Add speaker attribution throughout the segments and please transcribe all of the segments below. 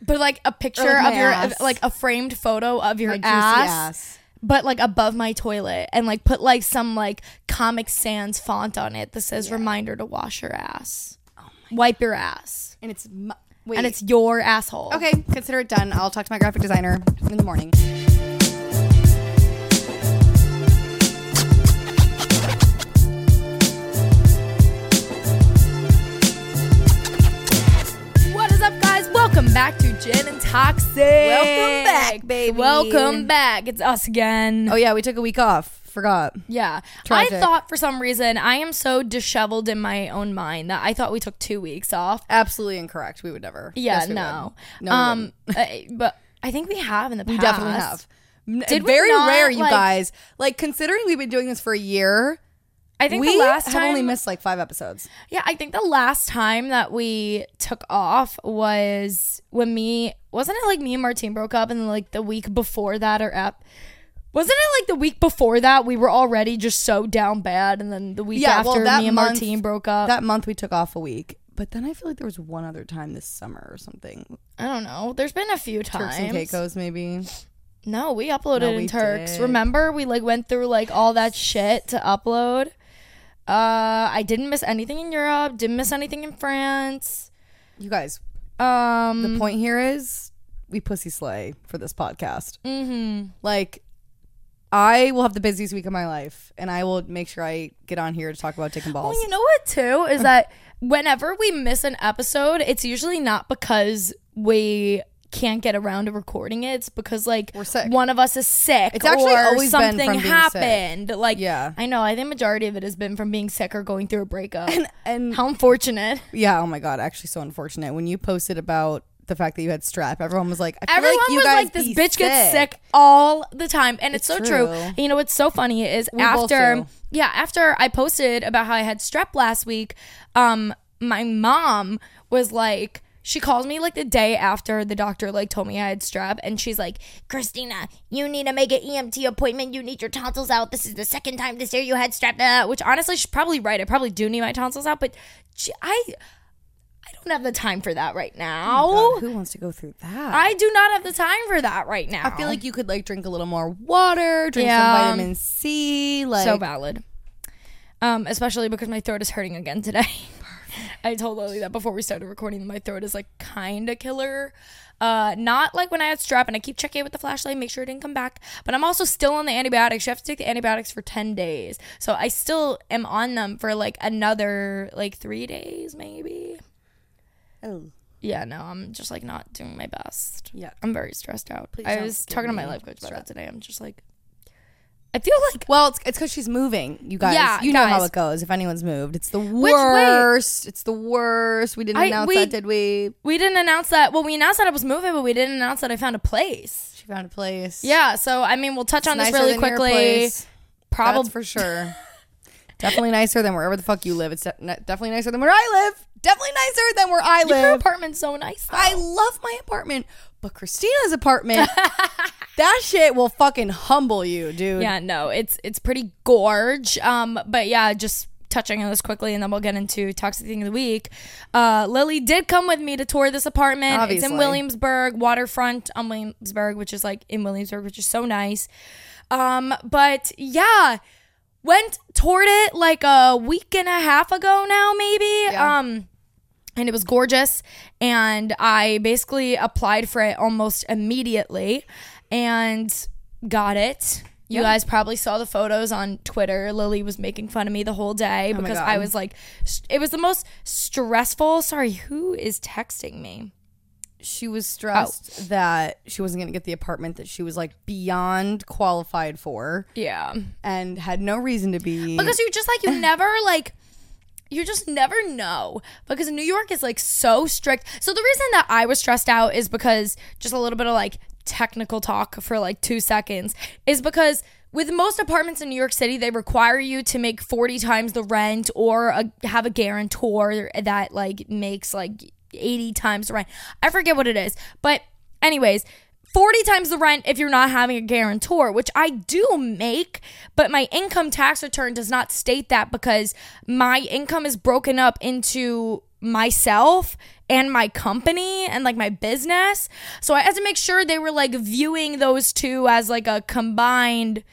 Speaker 1: but like a picture
Speaker 2: my
Speaker 1: of your
Speaker 2: ass.
Speaker 1: like a framed photo of your
Speaker 2: My juicy
Speaker 1: ass,
Speaker 2: ass.
Speaker 1: but like above my toilet and like put like some like comic sans font on it that says reminder to wash your ass wipe your ass
Speaker 2: and it's mu- Oh wait,
Speaker 1: and it's your asshole
Speaker 2: okay. Consider it done. I'll talk to my graphic designer in the morning.
Speaker 1: what is up guys welcome back to gin and toxic welcome
Speaker 2: back, baby.
Speaker 1: welcome back it's us again
Speaker 2: Oh yeah, we took a week off. Forgot.
Speaker 1: yeah i
Speaker 2: Tragic.
Speaker 1: thought for some reason i am so disheveled in my own mind that i thought we took two weeks off
Speaker 2: Absolutely incorrect. We would never.
Speaker 1: yeah
Speaker 2: Yes, we
Speaker 1: no
Speaker 2: would. No. we
Speaker 1: um
Speaker 2: wouldn't.
Speaker 1: uh, but i think we have in the past
Speaker 2: we definitely have. N-
Speaker 1: Did we
Speaker 2: very
Speaker 1: not,
Speaker 2: rare, you
Speaker 1: like-
Speaker 2: guys. Like considering we've been doing this for a year,
Speaker 1: i think
Speaker 2: we
Speaker 1: the last
Speaker 2: have
Speaker 1: time
Speaker 2: only missed like five episodes.
Speaker 1: Yeah, I think the last time that we took off was when me wasn't it like me and Martine broke up and like the week before that or up wasn't it like the week before that we were already just so down bad and then the week
Speaker 2: Yeah, well,
Speaker 1: after
Speaker 2: that
Speaker 1: me and
Speaker 2: month-
Speaker 1: Martine broke up
Speaker 2: That month we took off a week, but then I feel like there was one other time this summer or something.
Speaker 1: I don't know there's been a few times
Speaker 2: Turks and Caicos, maybe.
Speaker 1: no we uploaded
Speaker 2: No,
Speaker 1: in
Speaker 2: we
Speaker 1: Turks
Speaker 2: did.
Speaker 1: remember we like went through like all that shit to upload uh I didn't miss anything in Europe didn't miss anything in France
Speaker 2: You guys,
Speaker 1: um
Speaker 2: the point here is we pussy slay for this podcast.
Speaker 1: mhm.
Speaker 2: Mm-hmm. Like, I will have the busiest week of my life, and I will make sure I get on here to talk about taking balls.
Speaker 1: Well, you know what too is that whenever we miss an episode, it's usually not because we can't get around to recording it. It's because like
Speaker 2: We're sick.
Speaker 1: one of us is sick.
Speaker 2: It's actually
Speaker 1: or
Speaker 2: always been
Speaker 1: something
Speaker 2: from being sick.
Speaker 1: happened. Like
Speaker 2: Yeah.
Speaker 1: I know. I think majority of it has been from being sick or going through a breakup.
Speaker 2: and
Speaker 1: How unfortunate.
Speaker 2: yeah, oh my god, actually so unfortunate when you posted about the fact that you had strep. Everyone was like, I feel
Speaker 1: Everyone
Speaker 2: like you
Speaker 1: was
Speaker 2: guys
Speaker 1: like, "This
Speaker 2: be
Speaker 1: bitch gets sick all the time," and it's, so
Speaker 2: It's
Speaker 1: true.
Speaker 2: true.
Speaker 1: And You know what's so funny is
Speaker 2: both
Speaker 1: after,
Speaker 2: do.
Speaker 1: yeah, after I posted about how I had strep last week, um, my mom was like. She called me like the day after the doctor like told me I had strep, and she's like, "Christina, you need to make an EMT appointment. You need your tonsils out. This is the second time this year you had strep." Uh, Which honestly, she's probably right. I probably do need my tonsils out, but she, I, I don't have the time for that right now.
Speaker 2: Oh God, who wants to go through that?
Speaker 1: I do not have the time for that right now.
Speaker 2: I feel like you could like drink a little more water, drink
Speaker 1: Yeah.
Speaker 2: some vitamin C, like
Speaker 1: so valid. Um, especially because my throat is hurting again today. I told Lily that before we started recording. My throat is like kind of killer. Uh, not like when I had strep, and I keep checking it with the flashlight, make sure it didn't come back. But I'm also still on the antibiotics. You have to take the antibiotics for ten days, so I still am on them for like another like three days, maybe.
Speaker 2: Oh,
Speaker 1: Yeah, no, I'm just like not doing my best.
Speaker 2: yuck.
Speaker 1: I'm very stressed out. I
Speaker 2: don't
Speaker 1: was
Speaker 2: give
Speaker 1: talking to my
Speaker 2: me
Speaker 1: life coach about that today. I'm just like, I feel like
Speaker 2: Well, it's because she's moving, you guys.
Speaker 1: Yeah,
Speaker 2: you know how
Speaker 1: guys.
Speaker 2: it goes. If anyone's moved, it's the
Speaker 1: way?
Speaker 2: worst. It's the worst. We didn't
Speaker 1: I-
Speaker 2: announce
Speaker 1: we-
Speaker 2: that, did we?
Speaker 1: we didn't announce that. Well, we announced that I was moving, but we didn't announce that I found a place.
Speaker 2: She found a place.
Speaker 1: Yeah, so I mean, we'll touch on this
Speaker 2: nicer
Speaker 1: really
Speaker 2: than your
Speaker 1: quickly.
Speaker 2: place. That's
Speaker 1: Probably,
Speaker 2: for sure. definitely nicer than wherever the fuck you live. It's de- ne- definitely nicer than where I live. Definitely nicer than where I
Speaker 1: your
Speaker 2: live.
Speaker 1: apartment's so nice. though.
Speaker 2: I love my apartment, but Christina's apartment, that shit will fucking humble you, dude.
Speaker 1: yeah, no, it's it's pretty gorge. Um, but yeah, just touching on this quickly, and then we'll get into toxic thing of the week. Uh, Lily did come with me to tour this apartment. It's in
Speaker 2: Obviously.
Speaker 1: Williamsburg, waterfront on Williamsburg, which is like in Williamsburg, which is so nice. Um, but yeah, went toured it like a week and a half ago now, maybe.
Speaker 2: Yeah.
Speaker 1: Um and it was gorgeous and i basically applied for it almost immediately and got it you guys probably saw the photos on twitter lily was making fun of me the whole day because
Speaker 2: Oh God.
Speaker 1: i was like st- it was the most stressful sorry who is texting me
Speaker 2: She was stressed that she wasn't going to get the apartment that she was like beyond qualified for
Speaker 1: yeah
Speaker 2: and had no reason to be.
Speaker 1: because you just like you never like you just never know because New York is like so strict. So the reason that I was stressed out is because just a little bit of like technical talk for like 2 seconds is because with most apartments in New York City they require you to make 40 times the rent or a, have a guarantor that like makes like 80 times the rent. I forget what it is. But anyways, 40 times the rent if you're not having a guarantor, which I do make, but my income tax return does not state that because my income is broken up into myself and my company and like my business. So I had to make sure they were like viewing those two as like a combined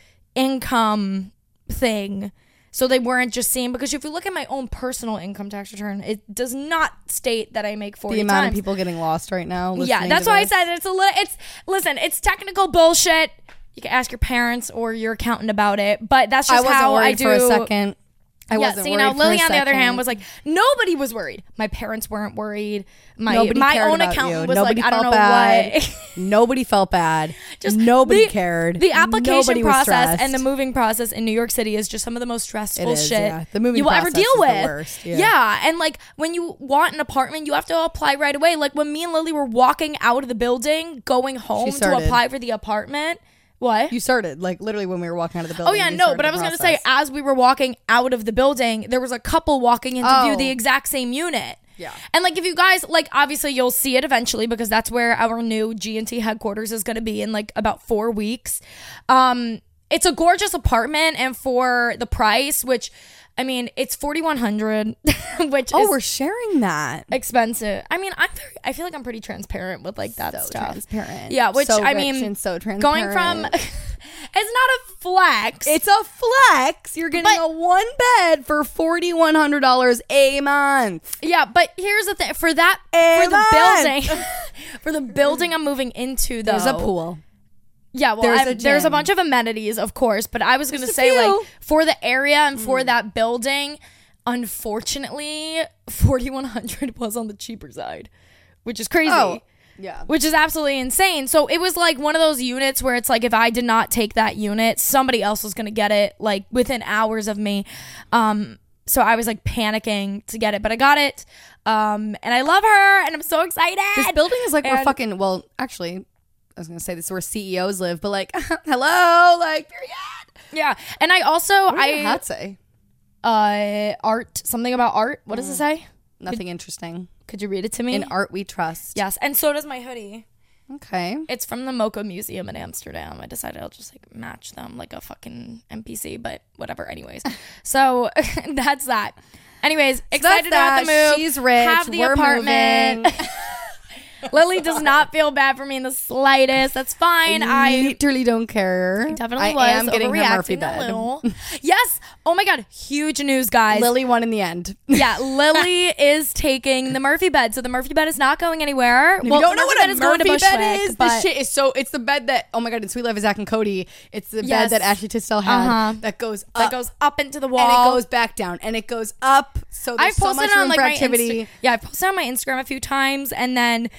Speaker 1: income thing. So they weren't just seeing because if you look at my own personal income tax return, it does not state that I make forty.
Speaker 2: The amount
Speaker 1: times.
Speaker 2: of people getting lost right now.
Speaker 1: Yeah,
Speaker 2: listening
Speaker 1: that's
Speaker 2: to
Speaker 1: why I
Speaker 2: this.
Speaker 1: said it's a little. It's listen, it's technical bullshit. You can ask your parents or your accountant about it, but that's
Speaker 2: I
Speaker 1: just
Speaker 2: wasn't
Speaker 1: how
Speaker 2: worried
Speaker 1: I do.
Speaker 2: for a second. I
Speaker 1: yeah,
Speaker 2: wasn't
Speaker 1: so you know,
Speaker 2: worried for a
Speaker 1: Lily on the other hand
Speaker 2: second.
Speaker 1: was like, nobody was worried. My parents weren't worried. My
Speaker 2: Nobody
Speaker 1: my
Speaker 2: cared
Speaker 1: own
Speaker 2: about
Speaker 1: accountant
Speaker 2: you.
Speaker 1: was
Speaker 2: Nobody
Speaker 1: like, I don't know
Speaker 2: felt bad.
Speaker 1: what.
Speaker 2: Nobody felt bad.
Speaker 1: Just
Speaker 2: Just nobody
Speaker 1: the-
Speaker 2: cared.
Speaker 1: The application
Speaker 2: Nobody was
Speaker 1: process and
Speaker 2: stressed.
Speaker 1: the moving process in New York City is just some of the most stressful
Speaker 2: It is,
Speaker 1: shit
Speaker 2: yeah. The moving
Speaker 1: you will ever
Speaker 2: process
Speaker 1: deal
Speaker 2: is the
Speaker 1: with.
Speaker 2: worst,
Speaker 1: yeah.
Speaker 2: yeah.
Speaker 1: and like when you want an apartment, you have to apply right away. Like when me and Lily were walking out of the building, going home to
Speaker 2: started.
Speaker 1: apply for the apartment. What?
Speaker 2: you started like literally when we were walking out of the
Speaker 1: Oh
Speaker 2: building.
Speaker 1: yeah,
Speaker 2: you
Speaker 1: no,
Speaker 2: started
Speaker 1: but I
Speaker 2: the
Speaker 1: was gonna say
Speaker 2: process.
Speaker 1: as we were walking out of the building, there was a couple walking in to view
Speaker 2: Oh.
Speaker 1: the exact same unit.
Speaker 2: Yeah.
Speaker 1: And like if you guys like obviously you'll see it eventually because that's where our new G&T headquarters is going to be in like about 4 weeks. Um it's a gorgeous apartment and for the price which I mean, it's 4100 which
Speaker 2: Oh,
Speaker 1: is
Speaker 2: we're sharing that.
Speaker 1: expensive. I mean, I'm very, I feel like I'm pretty transparent with like that stuff.
Speaker 2: transparent.
Speaker 1: Yeah, which
Speaker 2: So
Speaker 1: I
Speaker 2: rich
Speaker 1: mean
Speaker 2: and so
Speaker 1: going from
Speaker 2: transparent.
Speaker 1: it's not a flex.
Speaker 2: It's a flex. You're getting
Speaker 1: But-
Speaker 2: a one bed for forty one hundred dollars a month.
Speaker 1: Yeah, but here's the thing for that
Speaker 2: Hey,
Speaker 1: for the building for the building I'm moving into though.
Speaker 2: There's a pool.
Speaker 1: Yeah, well
Speaker 2: There's
Speaker 1: I'm-
Speaker 2: a
Speaker 1: there's a
Speaker 2: gym.
Speaker 1: bunch of amenities, of course, but I was gonna
Speaker 2: There's a
Speaker 1: say like
Speaker 2: few. Mm.
Speaker 1: for the area and for that building, unfortunately, forty one hundred was on the cheaper side. Which is crazy.
Speaker 2: Oh, yeah.
Speaker 1: Which is absolutely insane. So it was like one of those units where it's like if I did not take that unit, somebody else was gonna get it like within hours of me. Um, so I was like panicking to get it, but I got it. Um, and I love her, and I'm so excited.
Speaker 2: This building is like
Speaker 1: And-
Speaker 2: we're fucking. Well, actually, I was gonna say this is where CEOs live, but like, hello, like, period.
Speaker 1: yeah, and I also
Speaker 2: What did your
Speaker 1: I
Speaker 2: hat say?
Speaker 1: uh art something about art. What does it say?
Speaker 2: Nothing interesting.
Speaker 1: Could you read it to me?
Speaker 2: Mm. In art we trust.
Speaker 1: yes, and so does my hoodie.
Speaker 2: Okay.
Speaker 1: It's from the Mocha Museum in Amsterdam. I decided I'll just like match them like a fucking NPC, but whatever. Anyways, so that's that. Anyways, excited about the move.
Speaker 2: She's rich.
Speaker 1: Have the
Speaker 2: we're
Speaker 1: apartment.
Speaker 2: moving.
Speaker 1: Lily does not feel bad for me in the slightest. That's fine. I
Speaker 2: literally don't care.
Speaker 1: definitely
Speaker 2: I
Speaker 1: was
Speaker 2: am getting her Murphy
Speaker 1: overreacting
Speaker 2: bed.
Speaker 1: a little. yes. Oh my god. Huge news, guys.
Speaker 2: Lily won in the end.
Speaker 1: Yeah, Lily is taking the Murphy bed, so the Murphy bed is not going anywhere. Well, the Murphy bed Bushwick,
Speaker 2: This
Speaker 1: but-
Speaker 2: shit is so. It's the bed that. Oh my god! In Sweet Love is Zach and Cody. It's the
Speaker 1: Yes.
Speaker 2: bed that Ashley Tisdale had
Speaker 1: Uh-huh.
Speaker 2: that goes
Speaker 1: that
Speaker 2: up
Speaker 1: goes up into the wall.
Speaker 2: and it goes back down and it goes up. So
Speaker 1: I
Speaker 2: there's so
Speaker 1: posted
Speaker 2: much
Speaker 1: it on
Speaker 2: room
Speaker 1: like
Speaker 2: for
Speaker 1: my
Speaker 2: activity.
Speaker 1: Insta- yeah, I posted on my Instagram a few times, and then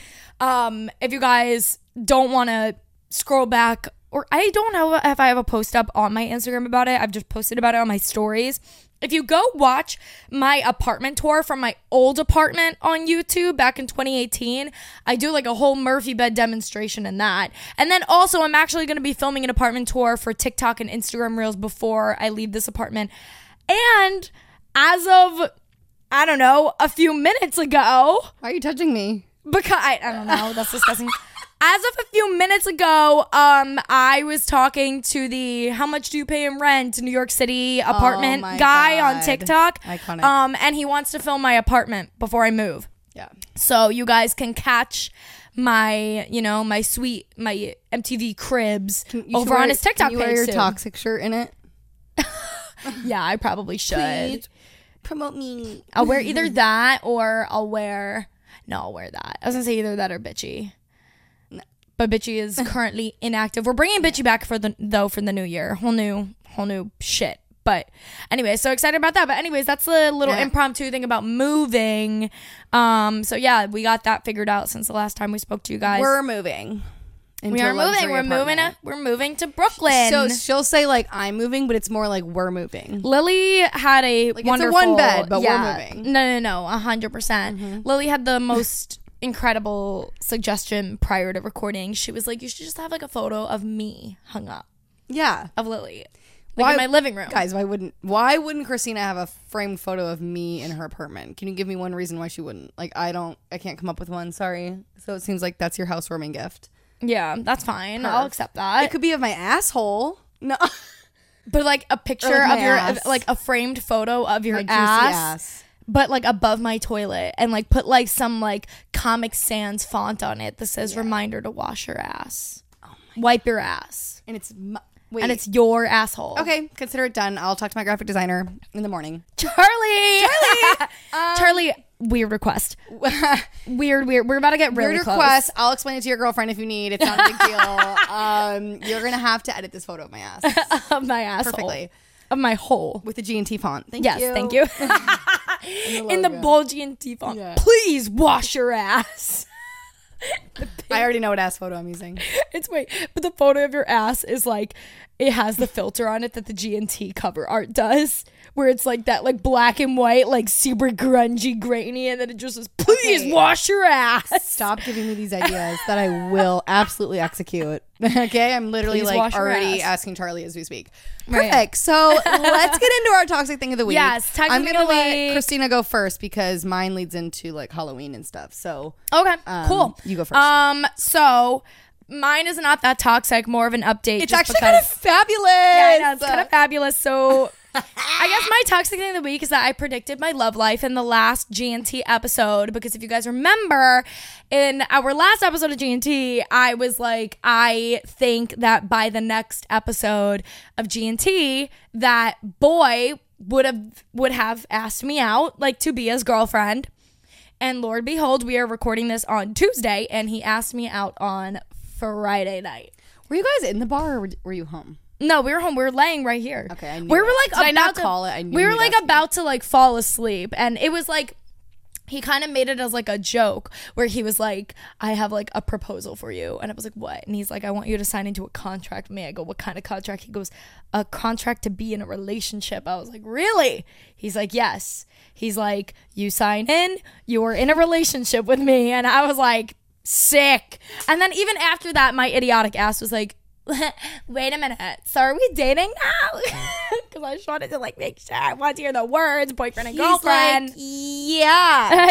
Speaker 1: um, if you guys don't want to scroll back, or I don't know if I have a post up on my Instagram about it. I've just posted about it on my stories. If you go watch my apartment tour from my old apartment on YouTube back in 2018, I do like a whole Murphy bed demonstration in that. And then also, I'm actually going to be filming an apartment tour for TikTok and Instagram Reels before I leave this apartment. And as of I don't know, a few minutes ago,
Speaker 2: Why are you touching me?
Speaker 1: because I, I don't know, that's disgusting. As of a few minutes ago, um, I was talking to the how much do you pay in rent New York City apartment
Speaker 2: Oh my
Speaker 1: guy on
Speaker 2: God.
Speaker 1: TikTok.
Speaker 2: Iconic.
Speaker 1: Um, and he wants to film my apartment before I move.
Speaker 2: Yeah.
Speaker 1: So you guys can catch my, you know, my sweet, my MTV cribs
Speaker 2: You should
Speaker 1: over on
Speaker 2: wear-
Speaker 1: his TikTok
Speaker 2: can you wear
Speaker 1: page.
Speaker 2: your
Speaker 1: soon.
Speaker 2: toxic shirt in it.
Speaker 1: Yeah, I probably should.
Speaker 2: Promote me.
Speaker 1: I'll wear either that or I'll wear no, I'll wear that. I was gonna say either that or bitchy. But bitchy is currently inactive. We're bringing bitchy back for the though for the new year. Whole new, whole new shit. But anyway, so excited about that. But anyways, that's the little
Speaker 2: Yeah.
Speaker 1: impromptu thing about moving. Um, so yeah, we got that figured out since the last time we spoke to you guys.
Speaker 2: We're moving.
Speaker 1: we
Speaker 2: into
Speaker 1: are
Speaker 2: a
Speaker 1: moving.
Speaker 2: luxury
Speaker 1: We're moving.
Speaker 2: apartment.
Speaker 1: we're moving to Brooklyn.
Speaker 2: So she'll say like I'm moving, but it's more like we're moving.
Speaker 1: Lily had a
Speaker 2: it's a
Speaker 1: wonderful
Speaker 2: one bed, but we're moving. Mm-hmm.
Speaker 1: No, no, no, a hundred percent. Lily had the most incredible suggestion prior to recording. She was like, "You should just have like a photo of me hung up
Speaker 2: Yeah.
Speaker 1: of Lily, like
Speaker 2: Why-
Speaker 1: in my living room."
Speaker 2: Guys, why wouldn't why wouldn't Christina have a framed photo of me in her apartment? Can you give me one reason why she wouldn't? Like I don't I can't come up with one, sorry. So it seems like that's your housewarming gift.
Speaker 1: yeah, that's fine. I'll accept that.
Speaker 2: It could be of my asshole. No.
Speaker 1: But like a picture
Speaker 2: my
Speaker 1: of your,
Speaker 2: ass.
Speaker 1: like a framed photo of your
Speaker 2: My juicy
Speaker 1: ass,
Speaker 2: ass.
Speaker 1: but like above my toilet and like put like some like Comic Sans font on it that says reminder to wash your ass,
Speaker 2: Oh
Speaker 1: wipe your ass,
Speaker 2: And it's mu- wait.
Speaker 1: and it's your asshole.
Speaker 2: okay. Consider it done. I'll talk to my graphic designer in the morning.
Speaker 1: Charlie. Charlie.
Speaker 2: Um,
Speaker 1: Charlie. Weird request. Weird, weird. We're about to get really
Speaker 2: Weird
Speaker 1: close.
Speaker 2: request. I'll explain it to your girlfriend if you need. It's not a big deal. Um, you're gonna have to edit this photo of my ass
Speaker 1: of my asshole.
Speaker 2: Perfectly.
Speaker 1: Of my hole.
Speaker 2: with the G and T font. Thank
Speaker 1: Oh. Yes,
Speaker 2: you.
Speaker 1: thank you. In the bulgy and T font.
Speaker 2: Yeah.
Speaker 1: Please wash your ass.
Speaker 2: I already know what ass photo I'm using.
Speaker 1: It's wait, but the photo of your ass is like it has the filter on it that the G and T cover art does, where it's like that like black and white, like super grungy, grainy, and then it just says, "Please
Speaker 2: Okay.
Speaker 1: wash your ass."
Speaker 2: Stop giving me these ideas that I will absolutely execute. okay, I'm literally
Speaker 1: Please wash
Speaker 2: like
Speaker 1: your
Speaker 2: already
Speaker 1: ass.
Speaker 2: asking Charlie as we speak.
Speaker 1: Right.
Speaker 2: Perfect. So let's get into our toxic thing of the week.
Speaker 1: Yes, toxic
Speaker 2: I'm
Speaker 1: thing
Speaker 2: gonna
Speaker 1: of the
Speaker 2: let
Speaker 1: week.
Speaker 2: Christina go first because mine leads into like Halloween and stuff. So
Speaker 1: Okay, cool.
Speaker 2: you go first.
Speaker 1: Um, so mine is not that toxic. More of an update.
Speaker 2: it's actually kind of fabulous. Yeah,
Speaker 1: I know, it's kind of fabulous. So I guess my toxic thing of the week is that I predicted my love life in the last GNT episode because if you guys remember, in our last episode of GNT, I was like, I think that by the next episode of GNT, that boy would have would have asked me out like to be his girlfriend. And Lord behold, we are recording this on Tuesday, and he asked me out on Friday night.
Speaker 2: were you guys in the bar or were- were you home?
Speaker 1: No, we were home. We were laying right here.
Speaker 2: Okay, I knew
Speaker 1: we were
Speaker 2: it.
Speaker 1: like
Speaker 2: Did I
Speaker 1: about
Speaker 2: not
Speaker 1: to
Speaker 2: call it? I knew
Speaker 1: we were
Speaker 2: you'd
Speaker 1: like
Speaker 2: ask me.
Speaker 1: about to like fall asleep, and it was like he kind of made it as like a joke where he was like, "I have like a proposal for you," and I was like, "What?" And he's like, "I want you to sign into a contract." Me, I go, "What kind of contract?" He goes, "A contract to be in a relationship." I was like, "Really?" He's like, "Yes." He's like, "You sign in, you are in a relationship with me," and I was like sick. And then even after that, my idiotic ass was like, wait a minute. So are we dating now? Because I just wanted to like make sure I wanted to hear the words, boyfriend and girlfriend.
Speaker 2: yeah.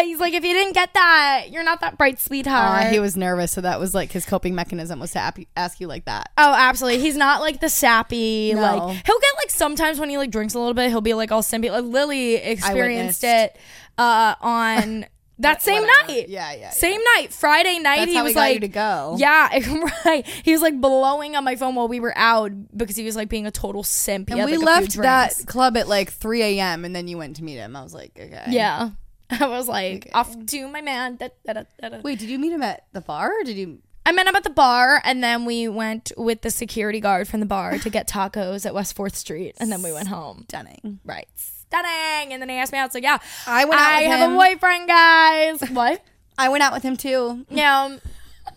Speaker 1: He's like, if you didn't get that, you're not that bright sweetheart.
Speaker 2: Uh, he was nervous, so that was like his coping mechanism was to ap- ask you like that.
Speaker 1: Oh, absolutely. He's not like the sappy.
Speaker 2: No.
Speaker 1: Like he'll get like sometimes when he like drinks a little bit, he'll be like all simpy. Like Lily experienced it uh, on that same
Speaker 2: Whatever.
Speaker 1: night.
Speaker 2: Yeah, yeah, yeah.
Speaker 1: Same night, Friday night.
Speaker 2: That's
Speaker 1: he
Speaker 2: how
Speaker 1: was
Speaker 2: we got
Speaker 1: like,
Speaker 2: you to go.
Speaker 1: Yeah, right. He was like blowing on my phone while we were out because he was like being a total simp. He
Speaker 2: And
Speaker 1: had,
Speaker 2: we
Speaker 1: like, a few
Speaker 2: left that
Speaker 1: drinks.
Speaker 2: club at like 3 a.m. and then you went to meet him. I was like, okay.
Speaker 1: Yeah, I was like, off to my man. Da, da, da, da, da.
Speaker 2: Wait, did you meet him at the bar? Or did you?
Speaker 1: I met him at the bar, and then we went with the security guard from the bar to get tacos at West Fourth Street, and then we went home.
Speaker 2: Dunning.
Speaker 1: Right. Stunning. And then he asked me out. So yeah,
Speaker 2: Mm. I went out
Speaker 1: I
Speaker 2: with
Speaker 1: have
Speaker 2: him.
Speaker 1: a boyfriend, guys. what?
Speaker 2: I went out with him too.
Speaker 1: Yeah. um,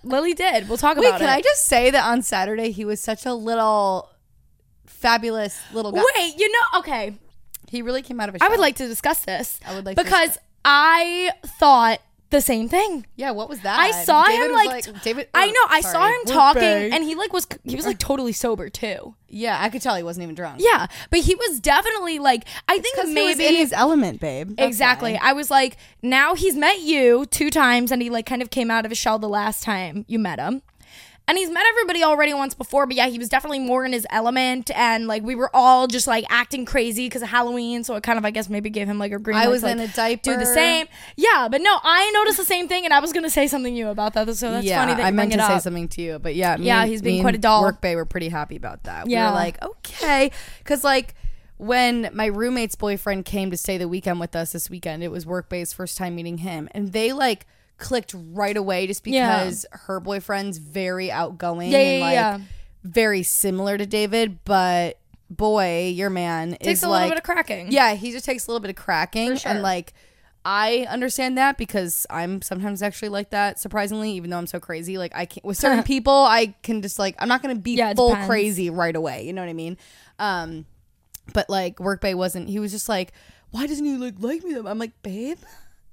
Speaker 1: Lily did. We'll talk
Speaker 2: Wait,
Speaker 1: about
Speaker 2: can I
Speaker 1: it.
Speaker 2: just say that on Saturday he was such a little fabulous little guy.
Speaker 1: Wait, you know, okay.
Speaker 2: He really came out of a shell.
Speaker 1: I would like to discuss this.
Speaker 2: I would like to
Speaker 1: because I thought the same thing.
Speaker 2: Yeah, what was that?
Speaker 1: I saw
Speaker 2: David
Speaker 1: him
Speaker 2: was
Speaker 1: like, t-
Speaker 2: David.
Speaker 1: I
Speaker 2: oh,
Speaker 1: know. I
Speaker 2: sorry.
Speaker 1: saw him
Speaker 2: We're
Speaker 1: talking,
Speaker 2: big.
Speaker 1: and he like was he was like totally sober too.
Speaker 2: yeah, I could tell he wasn't even drunk.
Speaker 1: Yeah, but he was definitely like I think
Speaker 2: because
Speaker 1: maybe
Speaker 2: he was in his element, babe. That's
Speaker 1: exactly.
Speaker 2: why.
Speaker 1: I was like, now he's met you two times, and he like kind of came out of his shell the last time you met him. And he's met everybody already once before, but yeah, he was definitely more in his element, and like we were all just like acting crazy because of Halloween, so it kind of I guess maybe gave him like a green.
Speaker 2: I
Speaker 1: light
Speaker 2: was
Speaker 1: to, like,
Speaker 2: in a diaper.
Speaker 1: Do the same, yeah. But no, I noticed the same thing, and I was gonna say something to you about that. So that's
Speaker 2: yeah,
Speaker 1: funny that you
Speaker 2: I meant
Speaker 1: bring
Speaker 2: to
Speaker 1: it
Speaker 2: say
Speaker 1: up.
Speaker 2: something to you, but yeah, me
Speaker 1: Yeah,
Speaker 2: and-
Speaker 1: he's being
Speaker 2: me
Speaker 1: quite
Speaker 2: and
Speaker 1: a doll.
Speaker 2: Work Bay, we're pretty happy about that. we
Speaker 1: Yeah.
Speaker 2: were like okay, because like when my roommate's boyfriend came to stay the weekend with us this weekend, it was Work Bay's first time meeting him, and they like clicked right away just
Speaker 1: Yeah.
Speaker 2: because her boyfriend's very outgoing
Speaker 1: Yeah,
Speaker 2: and
Speaker 1: yeah,
Speaker 2: like
Speaker 1: yeah.
Speaker 2: very similar to David, but boy, your man
Speaker 1: Takes
Speaker 2: is
Speaker 1: a little
Speaker 2: like
Speaker 1: bit of cracking.
Speaker 2: yeah, he just takes a little bit of cracking
Speaker 1: sure.
Speaker 2: and like I understand that because I'm sometimes actually like that surprisingly even though I'm so crazy like I can not with certain people I can just like I'm not going to be
Speaker 1: Yeah, it
Speaker 2: full
Speaker 1: depends.
Speaker 2: crazy right away, you know what I mean? Um but like Workbay wasn't he was just like why doesn't he like like me though? I'm like, "Babe,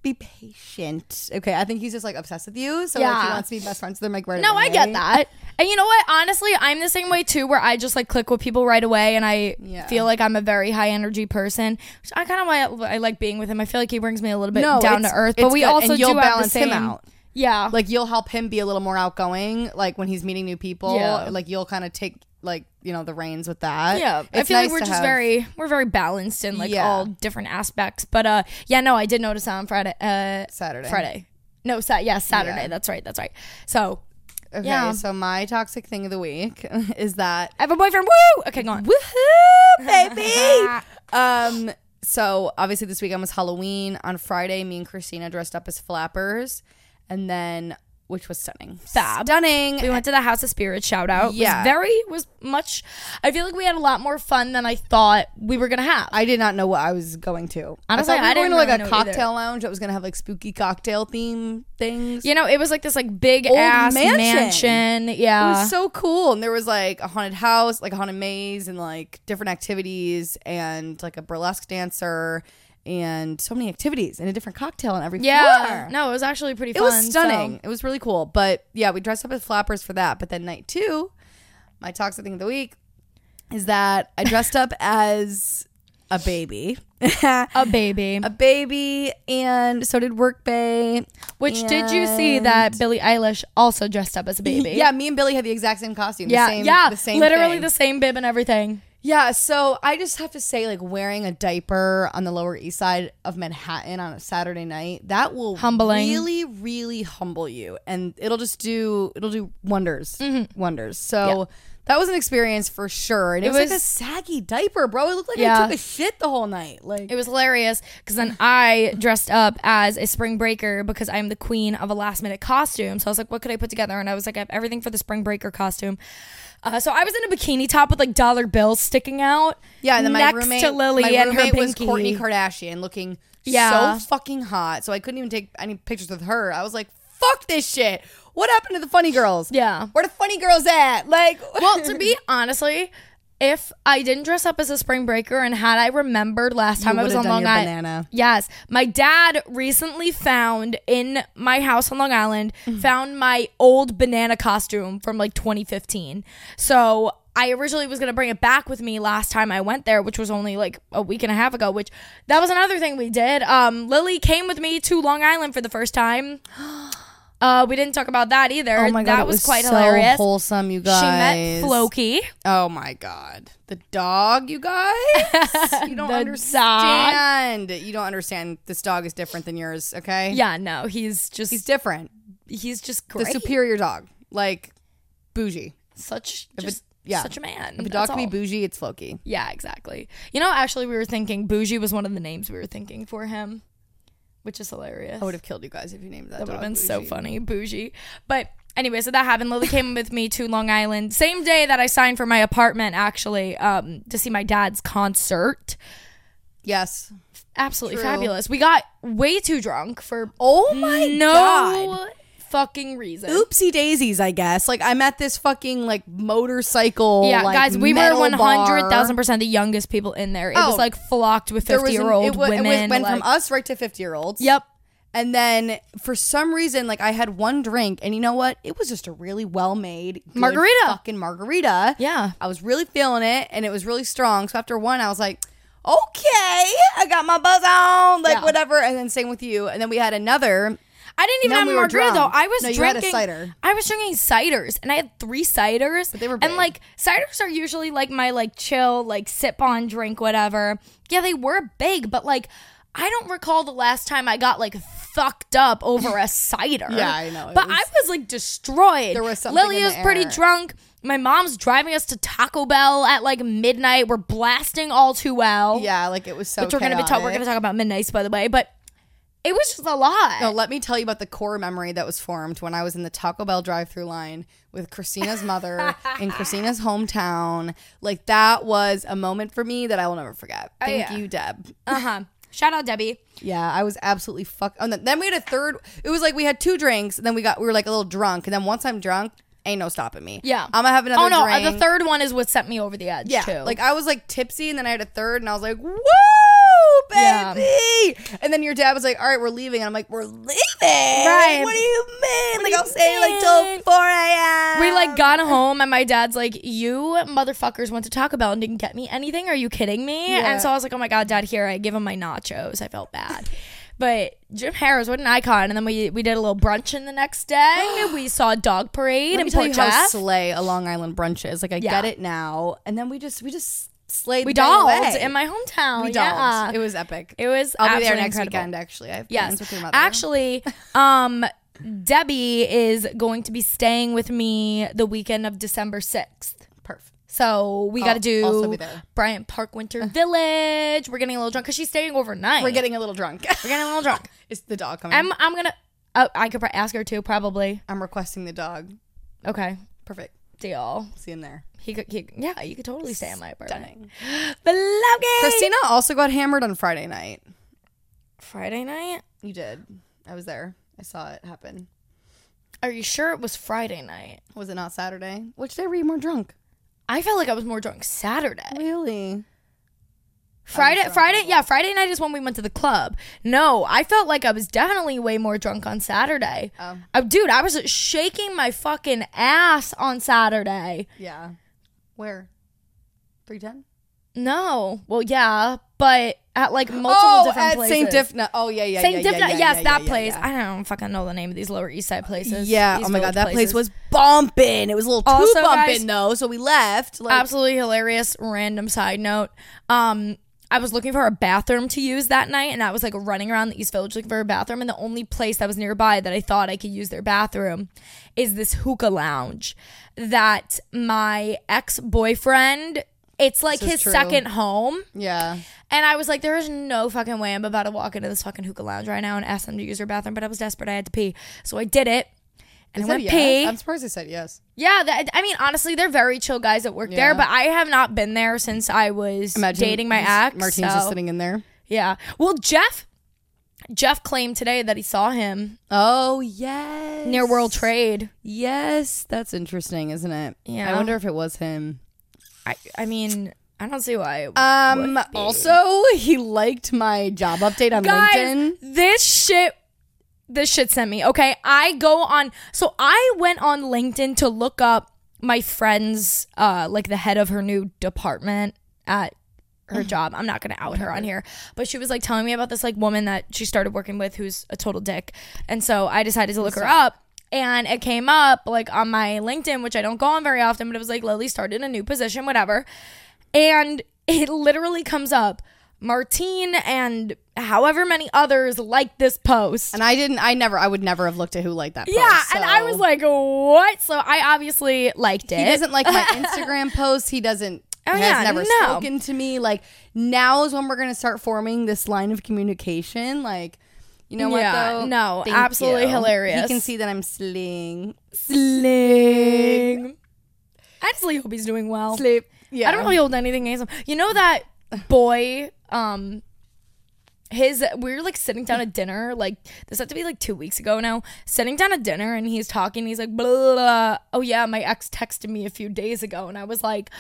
Speaker 2: be patient." Okay, I think he's just like obsessed with you, so like, he
Speaker 1: Yeah.
Speaker 2: wants to be best friends with him like right
Speaker 1: No,
Speaker 2: away.
Speaker 1: I get that. And you know what? Honestly, I'm the same way too, where I just like click with people right away, and I
Speaker 2: Yeah.
Speaker 1: feel like I'm a very high energy person. Which I kind of why I like being with him. I feel like he brings me a little bit
Speaker 2: No,
Speaker 1: down
Speaker 2: it's-
Speaker 1: to earth, but
Speaker 2: it's
Speaker 1: we
Speaker 2: good,
Speaker 1: also
Speaker 2: and you'll
Speaker 1: do have the
Speaker 2: balance him
Speaker 1: same-
Speaker 2: out.
Speaker 1: Yeah,
Speaker 2: like you'll help him be a little more outgoing like when he's meeting new people
Speaker 1: Yeah.
Speaker 2: like you'll kind of take like you know the reins with that.
Speaker 1: Yeah, I
Speaker 2: It's
Speaker 1: feel
Speaker 2: nice
Speaker 1: like we're
Speaker 2: to
Speaker 1: just
Speaker 2: have-
Speaker 1: very we're very balanced in like
Speaker 2: Yeah.
Speaker 1: all different aspects. But uh, yeah, no, I did notice that on Friday. Uh,
Speaker 2: Saturday.
Speaker 1: Friday. No, sa- yeah, Saturday.
Speaker 2: Yeah.
Speaker 1: That's right. That's right. So
Speaker 2: Okay,
Speaker 1: Yeah.
Speaker 2: so my toxic thing of the week is that
Speaker 1: I have a boyfriend. Woo! Okay, go on.
Speaker 2: woohoo, baby. um, so obviously this weekend was Halloween. On Friday, me and Christina dressed up as flappers, and then which was stunning,
Speaker 1: Fab.
Speaker 2: stunning.
Speaker 1: We went to the House of Spirits shout out.
Speaker 2: Yeah.
Speaker 1: Was very was much I feel like we had a lot more fun than I thought we were gonna have.
Speaker 2: I did not know what I was going to.
Speaker 1: Honestly,
Speaker 2: I thought we
Speaker 1: I didn't
Speaker 2: were going to
Speaker 1: really
Speaker 2: like a
Speaker 1: know either.
Speaker 2: cocktail lounge that was going to have like spooky cocktail theme things.
Speaker 1: you know, it was like this like big ass
Speaker 2: mansion.
Speaker 1: mansion.
Speaker 2: It
Speaker 1: Yeah.
Speaker 2: was so cool. And there was like a haunted house, like a haunted maze, and like different activities, and like a burlesque dancer, and so many activities, and a different cocktail on every
Speaker 1: yeah.
Speaker 2: floor.
Speaker 1: No, it was actually pretty
Speaker 2: it
Speaker 1: fun.
Speaker 2: was
Speaker 1: so-
Speaker 2: stunning. It was really cool. But yeah, we dressed up as flappers for that. But then night two, my toxic thing of the week is that I dressed up as a baby.
Speaker 1: a baby.
Speaker 2: a baby, and so did Work Bay.
Speaker 1: Which did you see
Speaker 2: and-
Speaker 1: that Billie Eilish also dressed up as a baby?
Speaker 2: Yeah, me and Billy had the exact same costume.
Speaker 1: Yeah,
Speaker 2: the same,
Speaker 1: yeah,
Speaker 2: the same
Speaker 1: literally
Speaker 2: thing.
Speaker 1: the same bib and everything.
Speaker 2: Yeah, so I just have to say, like wearing a diaper on the Lower East Side of Manhattan on a Saturday night, that will
Speaker 1: Humbling.
Speaker 2: really, really humble you, and it'll just do it'll do wonders, wonders. So. That was an experience for sure. And it,
Speaker 1: It
Speaker 2: was, like a
Speaker 1: was-
Speaker 2: saggy diaper, bro. It looked like I
Speaker 1: Yeah.
Speaker 2: took a shit the whole night. Like
Speaker 1: It was hilarious because then I dressed up as a spring breaker because I'm the queen of a last minute costume. So I was like, what could I put together? And I was like, I have everything for the spring breaker costume. Uh, so I was in a bikini top with like dollar bills sticking out.
Speaker 2: Yeah, and then my
Speaker 1: next
Speaker 2: roommate,
Speaker 1: to Lily
Speaker 2: my
Speaker 1: and her
Speaker 2: roommate was
Speaker 1: binky.
Speaker 2: Courtney Kardashian, looking
Speaker 1: Yeah.
Speaker 2: so fucking hot. So I couldn't even take any pictures with her. I was like, "Fuck this shit! What happened to the funny girls?
Speaker 1: Yeah.
Speaker 2: where the funny girls at? Like,
Speaker 1: well, to be honestly, if I didn't dress up as a spring breaker and had I remembered last time I was
Speaker 2: would've
Speaker 1: on Long
Speaker 2: done your
Speaker 1: Island,
Speaker 2: banana.
Speaker 1: yes, my dad recently found in my house on Long Island
Speaker 2: Mm.
Speaker 1: found my old banana costume from like 2015. So I originally was gonna bring it back with me last time I went there, which was only like a week and a half ago. Which that was another thing we did. Um, Lily came with me to Long Island for the first time. Uh, we didn't talk about that either. that
Speaker 2: Oh it
Speaker 1: was, quite
Speaker 2: so
Speaker 1: hilarious.
Speaker 2: wholesome, you guys.
Speaker 1: She met Floki.
Speaker 2: Oh my god, the dog, you guys. You don't
Speaker 1: The
Speaker 2: understand. You don't understand. This dog is different than yours. Okay,
Speaker 1: Yeah, no, he's just
Speaker 2: he's
Speaker 1: he's,
Speaker 2: different.
Speaker 1: just
Speaker 2: The
Speaker 1: great.
Speaker 2: superior dog, like bougie.
Speaker 1: such
Speaker 2: it-
Speaker 1: just
Speaker 2: yeah.
Speaker 1: such a man.
Speaker 2: If a
Speaker 1: that's
Speaker 2: dog can be
Speaker 1: all.
Speaker 2: bougie, it's Floki.
Speaker 1: yeah, exactly. You know, actually, we were thinking Bougie was one of the names we were thinking for him, which is hilarious.
Speaker 2: I would have killed you guys if you named that.
Speaker 1: that would have
Speaker 2: dog
Speaker 1: been so
Speaker 2: Bougie.
Speaker 1: funny, Bougie. But anyway, so that happened. Lily came with me to Long Island same day that I signed for my apartment, actually, um, to see my dad's concert.
Speaker 2: Yes.
Speaker 1: Absolutely
Speaker 2: True.
Speaker 1: fabulous. We got way too drunk for
Speaker 2: Oh my
Speaker 1: no
Speaker 2: god.
Speaker 1: fucking reason.
Speaker 2: Oopsie daisies, I guess. Like I'm at this fucking like motorcycle.
Speaker 1: Yeah,
Speaker 2: like,
Speaker 1: guys, we were
Speaker 2: metal
Speaker 1: one hundred
Speaker 2: bar.
Speaker 1: thousand percent the youngest people in there. It
Speaker 2: Oh.
Speaker 1: was like flocked with
Speaker 2: There was
Speaker 1: fifty
Speaker 2: an-
Speaker 1: year old
Speaker 2: it wa-
Speaker 1: women.
Speaker 2: It was, went from
Speaker 1: like-
Speaker 2: us right to fifty year olds.
Speaker 1: yep,
Speaker 2: And then for some reason, like I had one drink, and you know what? It was just a really well made
Speaker 1: Margarita.
Speaker 2: Fucking margarita.
Speaker 1: Yeah.
Speaker 2: I was really feeling it, and it was really strong. So after one, I was like, okay, I got my buzz on, like
Speaker 1: Yeah.
Speaker 2: whatever. And then same with you. And then we had another.
Speaker 1: I didn't even
Speaker 2: No,
Speaker 1: have
Speaker 2: we
Speaker 1: a
Speaker 2: were
Speaker 1: margarita though.
Speaker 2: drunk.
Speaker 1: I was
Speaker 2: No, you had a
Speaker 1: drinking
Speaker 2: cider.
Speaker 1: I was drinking ciders, and I had three ciders. But
Speaker 2: they were big.
Speaker 1: and like ciders are usually like my like chill like sip on drink whatever. Yeah, they were big, but like I don't recall the last time I got like fucked up over a cider.
Speaker 2: Yeah, I know. It
Speaker 1: But
Speaker 2: was-
Speaker 1: I was like destroyed.
Speaker 2: There was something
Speaker 1: Lily
Speaker 2: in the
Speaker 1: was pretty
Speaker 2: air.
Speaker 1: drunk. My mom's driving us to Taco Bell at like midnight. We're blasting all too well.
Speaker 2: Yeah, like it was so.
Speaker 1: which we're gonna be talk. We're
Speaker 2: chaotic.
Speaker 1: gonna talk about midnights, by the way. But it was just a lot.
Speaker 2: No, let me tell you about the core memory that was formed when I was in the Taco Bell drive-through line with Christina's mother in Christina's hometown. Like that was a moment for me that I will never forget. Thank
Speaker 1: yeah.
Speaker 2: you, Deb.
Speaker 1: Uh huh. Shout out Debbie.
Speaker 2: Yeah, I was absolutely fucked. And then, then we had a third. It was like we had two drinks, and then we got we were like a little drunk, and then once I'm drunk, ain't no stopping me.
Speaker 1: Yeah.
Speaker 2: I'm gonna have another.
Speaker 1: oh no, uh,
Speaker 2: drink.
Speaker 1: the third one is what sent me over the edge.
Speaker 2: Yeah,
Speaker 1: too.
Speaker 2: like I was like tipsy, and then I had a third, and I was like, "Woo,
Speaker 1: Yeah.
Speaker 2: baby!" And then your dad was like, "All right, we're leaving," and I'm like, "We're leaving?
Speaker 1: Right.
Speaker 2: What do you mean? like
Speaker 1: you
Speaker 2: I'll stay like till
Speaker 1: mean?
Speaker 2: four a.m."
Speaker 1: we like got home and my dad's like, "You motherfuckers went to Taco Bell and didn't get me anything. Are you kidding me?"
Speaker 2: Yeah.
Speaker 1: And so I was like, "Oh my god, dad, here." I give him my nachos. I felt bad. But Jim Harris, what an icon! And then we we did a little bruncheon the next day. we saw a dog parade
Speaker 2: Let
Speaker 1: in
Speaker 2: me tell
Speaker 1: Port
Speaker 2: you how
Speaker 1: Jeff.
Speaker 2: slay a Long Island brunch is. Like I
Speaker 1: Yeah.
Speaker 2: get it now. And then we just we just slayed.
Speaker 1: we
Speaker 2: the day
Speaker 1: dolled
Speaker 2: away.
Speaker 1: in my hometown.
Speaker 2: we dolled.
Speaker 1: yeah.
Speaker 2: It was epic.
Speaker 1: It was.
Speaker 2: I'll be there
Speaker 1: absolutely
Speaker 2: next
Speaker 1: incredible.
Speaker 2: weekend. Actually, I have plans
Speaker 1: Yes,
Speaker 2: with your mother.
Speaker 1: actually, um, Debbie is going to be staying with me the weekend of December sixth.
Speaker 2: perf.
Speaker 1: So we got to
Speaker 2: also
Speaker 1: do
Speaker 2: be there.
Speaker 1: Bryant Park Winter Village. We're getting a little drunk because she's staying overnight.
Speaker 2: We're getting a little drunk.
Speaker 1: we're getting a little drunk.
Speaker 2: Is the dog coming? I'm,
Speaker 1: I'm I'm gonna. Oh, I could pro- ask her too, probably.
Speaker 2: requesting the dog.
Speaker 1: Okay,
Speaker 2: Perfect.
Speaker 1: deal.
Speaker 2: See him there.
Speaker 1: He could. He, yeah, you could totally stay in my apartment.
Speaker 2: Stunning.
Speaker 1: Beloved.
Speaker 2: Christina also got hammered on Friday night.
Speaker 1: Friday night.
Speaker 2: You did. I was there. I saw it happen.
Speaker 1: Are you sure it was Friday night?
Speaker 2: Was it not Saturday? Which day were you more drunk?
Speaker 1: I felt like I was more drunk Saturday.
Speaker 2: Really?
Speaker 1: Friday, Friday, yeah, Friday night is when we went to the club. No, I felt like I was definitely way more drunk on Saturday.
Speaker 2: Oh.
Speaker 1: Oh, dude, I was shaking my fucking ass on Saturday.
Speaker 2: Yeah. Where? 310?
Speaker 1: No, well, yeah, but at like multiple different
Speaker 2: Oh, at
Speaker 1: places.
Speaker 2: St. Difna. Oh, yeah, yeah,
Speaker 1: St.
Speaker 2: yeah,
Speaker 1: Dipna-
Speaker 2: yeah, yeah,
Speaker 1: yes,
Speaker 2: yeah,
Speaker 1: that
Speaker 2: yeah,
Speaker 1: place.
Speaker 2: Yeah.
Speaker 1: I don't fucking know the name of these Lower East Side places.
Speaker 2: Yeah.
Speaker 1: These
Speaker 2: Oh my
Speaker 1: village
Speaker 2: God, that
Speaker 1: places.
Speaker 2: place was bumping. It was a little too
Speaker 1: Also, guys-
Speaker 2: bumping though, so we left. Like,
Speaker 1: absolutely hilarious random side note um i was looking for a bathroom to use that night and i was like running around the east village looking for a bathroom and the only place that was nearby that i thought i could use their bathroom is this hookah lounge that my ex-boyfriend it's like
Speaker 2: This is
Speaker 1: his
Speaker 2: true.
Speaker 1: second home
Speaker 2: yeah.
Speaker 1: and I was like, there is no fucking way I'm about to walk into this fucking hookah lounge right now and ask them to use their bathroom, but I was desperate. I had to pee. So I did it. And I
Speaker 2: Said
Speaker 1: went
Speaker 2: yes.
Speaker 1: pee.
Speaker 2: I'm surprised they said yes.
Speaker 1: Yeah, that, I mean, honestly, they're very chill guys that work there,
Speaker 2: Yeah.
Speaker 1: but I have not been there since I was dating my
Speaker 2: he's-
Speaker 1: ex.
Speaker 2: Martine's
Speaker 1: so-
Speaker 2: just sitting in there.
Speaker 1: Yeah. Well, Jeff, Jeff claimed today that he saw him
Speaker 2: Oh yes.
Speaker 1: near World Trade.
Speaker 2: Yes, that's interesting, isn't it?
Speaker 1: Yeah.
Speaker 2: I wonder if it was him.
Speaker 1: I, I mean, I don't see why. it would
Speaker 2: Um.
Speaker 1: be.
Speaker 2: Also, he liked my job update on
Speaker 1: guys,
Speaker 2: LinkedIn.
Speaker 1: this shit. This shit sent me. Okay, I go on. So I went on LinkedIn to look up my friend's, uh, like the head of her new department at her job. I'm not gonna out her on here, but she was like telling me about this like woman that she started working with who's a total dick, and so I decided to look her up. And it came up like on my LinkedIn, which I don't go on very often, but it was like Lily started a new position, whatever. And it literally comes up Martine and however many others like this post.
Speaker 2: And I didn't. I never. I would never have looked at who liked that.
Speaker 1: yeah,
Speaker 2: post,
Speaker 1: and I
Speaker 2: so-
Speaker 1: was like, what? So I obviously liked it.
Speaker 2: he doesn't like my Instagram posts. He doesn't.
Speaker 1: Oh,
Speaker 2: has
Speaker 1: yeah,
Speaker 2: never
Speaker 1: no.
Speaker 2: spoken to me. Like now is when we're gonna start forming this line of communication. Like, you know
Speaker 1: Yeah,
Speaker 2: what? Though?
Speaker 1: no, absolutely hilarious.
Speaker 2: He can see that I'm sling, sling,
Speaker 1: I just really hope he's doing well.
Speaker 2: sleep. Yeah,
Speaker 1: I don't really hold anything against him. You know that boy, um, his we were like sitting down at dinner, like this had to be like two weeks ago now. Sitting down at dinner and he's talking, he's like, blah, blah, blah. oh yeah, my ex texted me a few days ago, and I was like,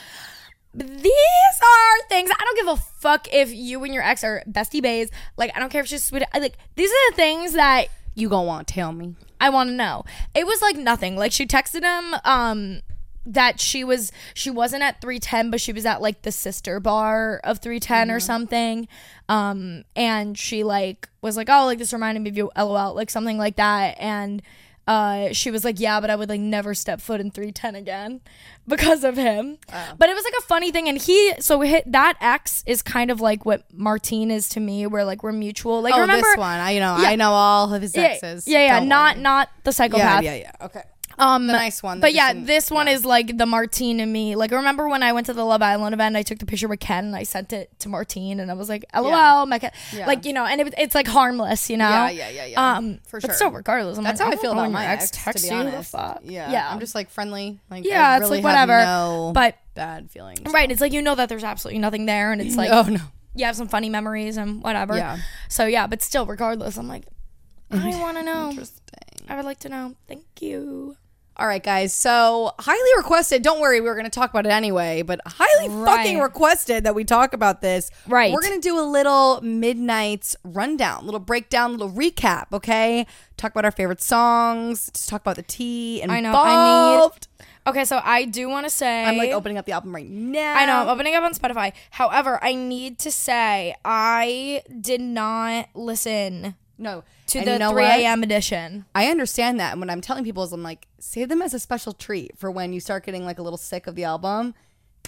Speaker 1: these are things I don't give a fuck if you and your ex are bestie bays. Like I don't care if she's sweet. I, like these are the things that
Speaker 2: You gonna want to tell me?
Speaker 1: I want to know. It was like nothing. Like she texted him um that she was she wasn't at 310 but she was at like the sister bar of 310
Speaker 2: Mm-hmm.
Speaker 1: or something um and she like was like oh like this reminded me of you lol like something like that and uh she was like yeah but i would like never step foot in 310 again because of him but it was like a funny thing and he so hit that ex is kind of like what martine is to me where like we're mutual like
Speaker 2: Oh,
Speaker 1: remember
Speaker 2: this one. I you know. I know all of his exes.
Speaker 1: yeah, yeah,
Speaker 2: Don't
Speaker 1: not
Speaker 2: worry.
Speaker 1: not the
Speaker 2: Yeah,
Speaker 1: psychopath.
Speaker 2: yeah, yeah. Okay.
Speaker 1: Um,
Speaker 2: The nice one.
Speaker 1: but
Speaker 2: that just
Speaker 1: yeah,
Speaker 2: didn't-
Speaker 1: this one is like the Martine and me. Like, remember when I went to the Love Island event? I took the picture with Ken and I sent it to Martine, and I was like, "LOL, my cat."
Speaker 2: Yeah.
Speaker 1: Like, you know, and it, it's like harmless, you know.
Speaker 2: Yeah, yeah, yeah, yeah.
Speaker 1: Um,
Speaker 2: For
Speaker 1: But
Speaker 2: sure.
Speaker 1: still, regardless, I'm
Speaker 2: That's
Speaker 1: like,
Speaker 2: how I
Speaker 1: don't
Speaker 2: feel
Speaker 1: know
Speaker 2: about
Speaker 1: when
Speaker 2: my
Speaker 1: your
Speaker 2: ex.
Speaker 1: Text
Speaker 2: to be
Speaker 1: you the
Speaker 2: honest.
Speaker 1: fuck.
Speaker 2: Yeah,
Speaker 1: yeah.
Speaker 2: I'm just like friendly. Like, I
Speaker 1: Yeah, it's
Speaker 2: really
Speaker 1: like
Speaker 2: have
Speaker 1: whatever.
Speaker 2: no
Speaker 1: But
Speaker 2: bad feelings.
Speaker 1: right, it's like you know that there's absolutely nothing there, and it's like
Speaker 2: oh no.
Speaker 1: you have some funny memories and whatever.
Speaker 2: Yeah.
Speaker 1: So yeah, but still, regardless, I'm like, I want to know.
Speaker 2: Interesting.
Speaker 1: I would like to know. Thank you.
Speaker 2: All right, guys. So highly requested. Don't worry, we were going to talk about it anyway, but highly
Speaker 1: Right.
Speaker 2: fucking requested that we talk about this.
Speaker 1: Right.
Speaker 2: We're going to do a little midnight's rundown, little breakdown, little recap. Okay. Talk about our favorite songs. Just talk about the tea and
Speaker 1: I know.
Speaker 2: involved.
Speaker 1: I need. Okay, so I do want to say
Speaker 2: I'm like opening up the album right now.
Speaker 1: I know I'm opening up on Spotify. However, I need to say I did not listen
Speaker 2: No.
Speaker 1: to
Speaker 2: And
Speaker 1: the
Speaker 2: you know
Speaker 1: 3
Speaker 2: what?
Speaker 1: a.m. edition.
Speaker 2: I understand that. And what I'm telling people is I'm like, save them as a special treat for when you start getting like a little sick of the album.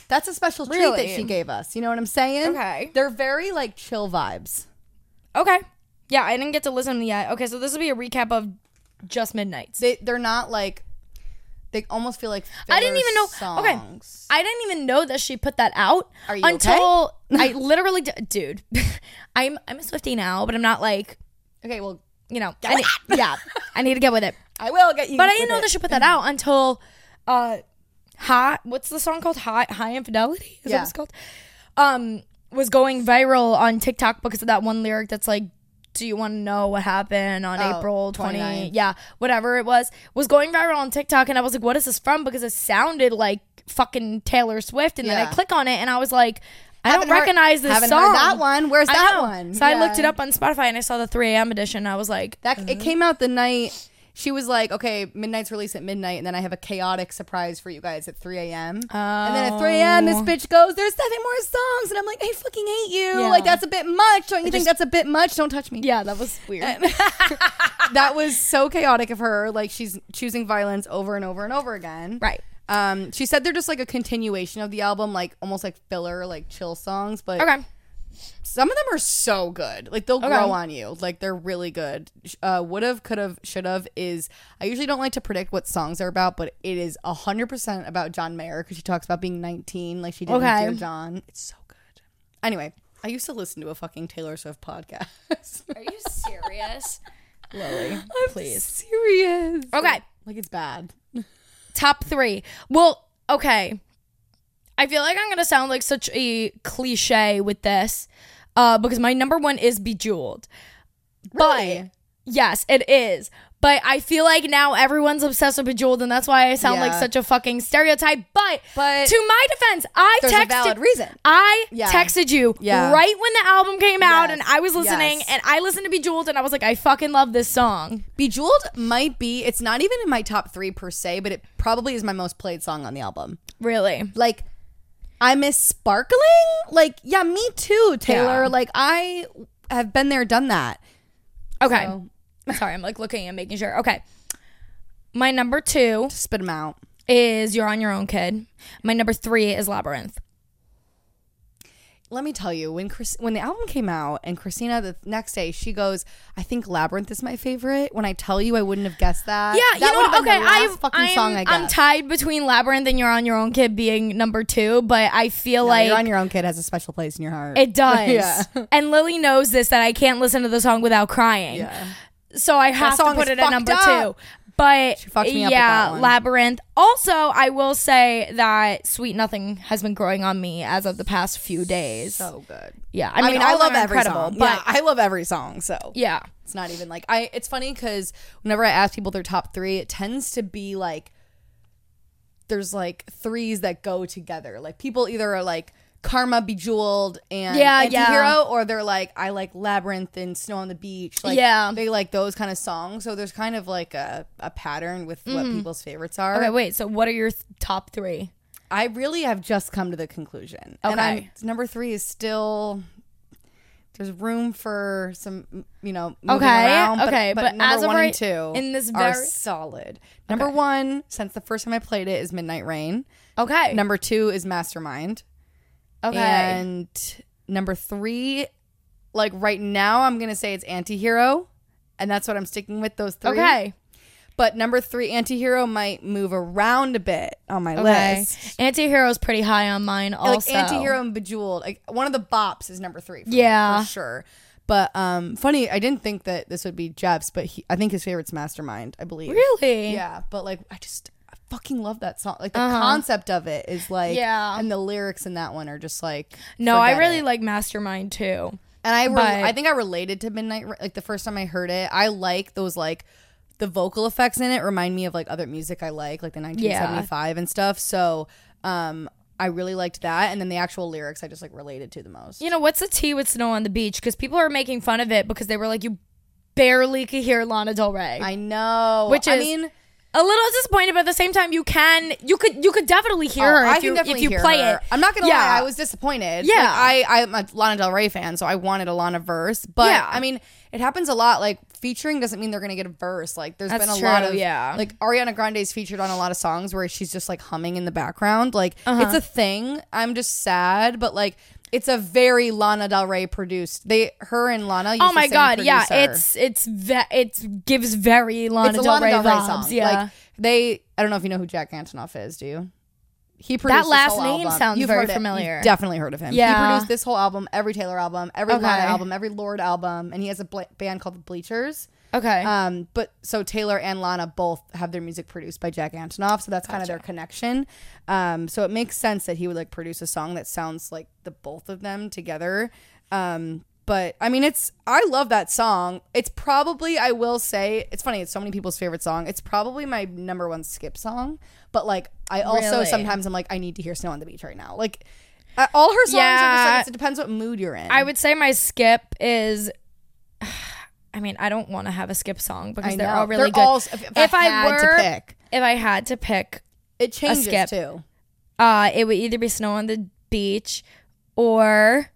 Speaker 2: That's a special treat
Speaker 1: Really?
Speaker 2: that she gave us. You know what I'm saying?
Speaker 1: Okay.
Speaker 2: They're very like chill vibes.
Speaker 1: Okay. Yeah, I didn't get to listen yet. Okay, so this will be a recap of just Midnight's.
Speaker 2: They they're not like they almost feel like
Speaker 1: I didn't
Speaker 2: filler
Speaker 1: even know- okay.
Speaker 2: songs.
Speaker 1: I didn't even know that she put that out
Speaker 2: Are you
Speaker 1: until I literally, d- dude. I'm I'm a Swifty now, but I'm not like
Speaker 2: Okay. well,
Speaker 1: you know. I need- yeah, I need to get with it.
Speaker 2: I will get you.
Speaker 1: But I didn't know
Speaker 2: with
Speaker 1: that she put that out until, uh, hot. What's the song called? High High Infidelity. Is that
Speaker 2: Yeah.
Speaker 1: what it's called? Um, was going viral on TikTok because of that one lyric that's like, "Do you want to know what happened on
Speaker 2: Oh,
Speaker 1: April 20?
Speaker 2: 29th.
Speaker 1: Yeah, whatever it was, was going viral on TikTok, and I was like, "What is this from?" Because it sounded like fucking Taylor Swift, and then I
Speaker 2: Yeah.
Speaker 1: click on it, and I was like. I
Speaker 2: Haven't
Speaker 1: don't
Speaker 2: heard-
Speaker 1: recognize this
Speaker 2: haven't
Speaker 1: song.
Speaker 2: heard that one. Where's
Speaker 1: I
Speaker 2: that
Speaker 1: know.
Speaker 2: one?
Speaker 1: So I looked it
Speaker 2: Yeah.
Speaker 1: up on Spotify and I saw the 3 a.m. edition. And I was like,
Speaker 2: That it came out the night she was like, "Okay, midnight's release at midnight, and then I have a chaotic surprise for you guys at 3 a.m." And then at 3 a.m.,
Speaker 1: Oh.
Speaker 2: this bitch goes, "There's seven more songs," and I'm like, "I fucking hate you!
Speaker 1: Yeah.
Speaker 2: Like that's a bit much. Don't you think
Speaker 1: just-
Speaker 2: that's a bit much? Don't touch me."
Speaker 1: "Yeah, that was weird."
Speaker 2: that was so chaotic of her. Like she's choosing violence over and over and over again.
Speaker 1: Right.
Speaker 2: Um, she said they're just like a continuation of the album, like almost like filler, like chill songs, but
Speaker 1: Okay.
Speaker 2: some of them are so good. Like they'll grow on you. Like they're really good. Sh- Uh, would have, could have, should have is. I usually don't like to predict what songs are about, but it is hundred percent about John Mayer because she talks about being nineteen, like she did
Speaker 1: Okay.
Speaker 2: with Dear John. It's so good. Anyway, I used to listen to a fucking Taylor Swift podcast.
Speaker 1: Are you serious? Lily, please. Oh.
Speaker 2: Serious.
Speaker 1: Okay,
Speaker 2: Like it's bad.
Speaker 1: top three. Well, okay. I feel like I'm gonna sound like such a cliche with this, uh, because my number one is Bejeweled.
Speaker 2: Really?
Speaker 1: But yes, it is. But I feel like now everyone's obsessed with Bejeweled, and that's why I sound like
Speaker 2: Yeah.
Speaker 1: such a fucking stereotype. But,
Speaker 2: But
Speaker 1: to my defense, I
Speaker 2: there's
Speaker 1: texted
Speaker 2: a valid reason.
Speaker 1: I
Speaker 2: Yeah.
Speaker 1: texted you
Speaker 2: Yeah.
Speaker 1: right when the album came out,
Speaker 2: Yes.
Speaker 1: and I was listening,
Speaker 2: Yes.
Speaker 1: and I listened to Bejeweled, and I was like, I fucking love this song.
Speaker 2: Bejeweled might be. It's not even in my top three per se, but it probably is my most played song on the album.
Speaker 1: Really.
Speaker 2: like I miss sparkling. Like, yeah, me too, Taylor.
Speaker 1: Yeah.
Speaker 2: Like I have been there, done that.
Speaker 1: Okay.
Speaker 2: So-
Speaker 1: Sorry, I'm like looking and making sure. Okay. My number two
Speaker 2: Spit them out.
Speaker 1: is You're on Your Own Kid. My number three is Labyrinth.
Speaker 2: Let me tell you, when Chris, when the album came out, and Christina the next day, she goes, "I think Labyrinth is my favorite." When I tell you, I wouldn't have guessed that.
Speaker 1: Yeah,
Speaker 2: that
Speaker 1: you know
Speaker 2: would've
Speaker 1: what?
Speaker 2: been
Speaker 1: Okay,
Speaker 2: the last
Speaker 1: I
Speaker 2: fucking
Speaker 1: I'm,
Speaker 2: song I
Speaker 1: I'm
Speaker 2: guessed.
Speaker 1: tied between Labyrinth and You're on Your Own Kid being number two, but I feel like
Speaker 2: You're on your own. Kid has a special place in your heart.
Speaker 1: it does.
Speaker 2: Yeah.
Speaker 1: And Lily knows this that I can't listen to the song without crying.
Speaker 2: Yeah.
Speaker 1: So I have to
Speaker 2: song
Speaker 1: put
Speaker 2: is
Speaker 1: it at
Speaker 2: fucked
Speaker 1: number
Speaker 2: up.
Speaker 1: two. But
Speaker 2: fucked me up with
Speaker 1: yeah,
Speaker 2: that one.
Speaker 1: Labyrinth. Also, I will say that Sweet Nothing has been growing on me as of the past few days.
Speaker 2: so good.
Speaker 1: Yeah,
Speaker 2: I mean, I, love every
Speaker 1: incredible,
Speaker 2: song.
Speaker 1: but
Speaker 2: yeah, I love every song. So
Speaker 1: yeah.
Speaker 2: It's not even like I. It's funny because whenever I ask people their top three, it tends to be like there's like threes that go together. Like people either are like Karma, Bejeweled, and
Speaker 1: Yeah,
Speaker 2: Antihero,
Speaker 1: yeah.
Speaker 2: or they're like I like Labyrinth and Snow on the Beach. Like,
Speaker 1: Yeah.
Speaker 2: they like those kind of songs. So there's kind of like a, a pattern with what people's favorites are.
Speaker 1: Mm-hmm. Okay, wait. So, what are your th- top three?
Speaker 2: I really have just come to the conclusion. And
Speaker 1: Okay.
Speaker 2: I'm, number three is still. There's room for some, you know, moving
Speaker 1: Okay,
Speaker 2: around, but,
Speaker 1: okay,
Speaker 2: But,
Speaker 1: but
Speaker 2: number
Speaker 1: as of
Speaker 2: one
Speaker 1: right-
Speaker 2: and two
Speaker 1: in this
Speaker 2: are
Speaker 1: very-
Speaker 2: solid. Number one, since the first time I played it, is Midnight Rain.
Speaker 1: Okay,
Speaker 2: Number two is Mastermind,
Speaker 1: okay,
Speaker 2: and number three, like right now, I'm gonna say it's Antihero, and that's what I'm sticking with those three.
Speaker 1: okay,
Speaker 2: But number three, Antihero might move around a bit on my
Speaker 1: okay.
Speaker 2: list.
Speaker 1: Anti-hero's pretty high on mine. Also,
Speaker 2: like antihero and bejeweled like one of the bops is number three for me,
Speaker 1: Yeah.
Speaker 2: for sure but um funny i didn't think that this would be jeff's but he, i think his favorite's mastermind i believe
Speaker 1: Really?
Speaker 2: yeah but like i just i fucking love that song like the concept of it is like
Speaker 1: Uh-huh. Yeah.
Speaker 2: and the lyrics in that one are just like
Speaker 1: No, I
Speaker 2: forget
Speaker 1: really
Speaker 2: it.
Speaker 1: like Mastermind too.
Speaker 2: and i re-
Speaker 1: but-
Speaker 2: i think i related to midnight Ra- like the first time i heard it i like those like the vocal effects in it remind me of like other music i like like the 1975 and stuff so um I really liked that, and then the actual lyrics I just like related to the most.
Speaker 1: You know what's the tea with Snow on the Beach? Because people are making fun of it because they were like, you barely could hear Lana Del Rey.
Speaker 2: I know.
Speaker 1: Which
Speaker 2: I
Speaker 1: is
Speaker 2: mean,
Speaker 1: a little disappointed, but at the same time, you can you could you could definitely hear
Speaker 2: Oh,
Speaker 1: her
Speaker 2: I
Speaker 1: if
Speaker 2: can
Speaker 1: you if
Speaker 2: definitely
Speaker 1: you
Speaker 2: hear
Speaker 1: play
Speaker 2: her.
Speaker 1: it.
Speaker 2: I'm not gonna
Speaker 1: Yeah.
Speaker 2: lie, I was disappointed.
Speaker 1: Yeah.
Speaker 2: Like, I I'm a Lana Del Rey fan, so I wanted a Lana verse. But
Speaker 1: Yeah.
Speaker 2: I mean, it happens a lot. Like featuring doesn't mean they're gonna get a verse. Like there's
Speaker 1: That's
Speaker 2: been a
Speaker 1: true,
Speaker 2: lot of
Speaker 1: yeah.
Speaker 2: Like Ariana Grande's featured on a lot of songs where she's just like humming in the background. Like
Speaker 1: Uh-huh.
Speaker 2: it's a thing. I'm just sad, but like it's a very Lana Del Rey produced. They her and Lana. Used
Speaker 1: Oh my
Speaker 2: the same
Speaker 1: god, yeah,
Speaker 2: producer.
Speaker 1: it's it's ve- it gives very Lana,
Speaker 2: it's a
Speaker 1: Del,
Speaker 2: Lana
Speaker 1: Rey
Speaker 2: Del Rey
Speaker 1: vibes,
Speaker 2: song.
Speaker 1: Yeah,
Speaker 2: Like they, I don't know if you know who Jack Antonoff is. Do you? He
Speaker 1: That
Speaker 2: produced this
Speaker 1: last
Speaker 2: whole
Speaker 1: name
Speaker 2: album.
Speaker 1: sounds
Speaker 2: You've
Speaker 1: very
Speaker 2: heard it. You've
Speaker 1: familiar.
Speaker 2: definitely heard of him.
Speaker 1: Yeah.
Speaker 2: he produced this whole album, every Taylor album, every
Speaker 1: Okay.
Speaker 2: Lana album, every Lord album, and he has a bl- band called the Bleachers.
Speaker 1: okay,
Speaker 2: Um, but so Taylor and Lana both have their music produced by Jack Antonoff, so that's kind of their connection. Um, so it makes sense that he would like produce a song that sounds like the both of them together. Um, but I mean, it's I love that song. It's probably I will say it's funny. It's so many people's favorite song. It's probably my number one skip song. But like I also
Speaker 1: Really?
Speaker 2: sometimes I'm like I need to hear Snow on the Beach right now. Like uh, all her songs are just
Speaker 1: Yeah.
Speaker 2: like it's- it depends what mood you're in.
Speaker 1: I would say my skip is. I mean, I don't want to have a skip song because
Speaker 2: I
Speaker 1: they're
Speaker 2: know.
Speaker 1: all Oh, really good.
Speaker 2: all- if, if I had to pick,
Speaker 1: if I had to pick,
Speaker 2: it changes
Speaker 1: skip.
Speaker 2: too.
Speaker 1: uh, it would either be Snow on the Beach, or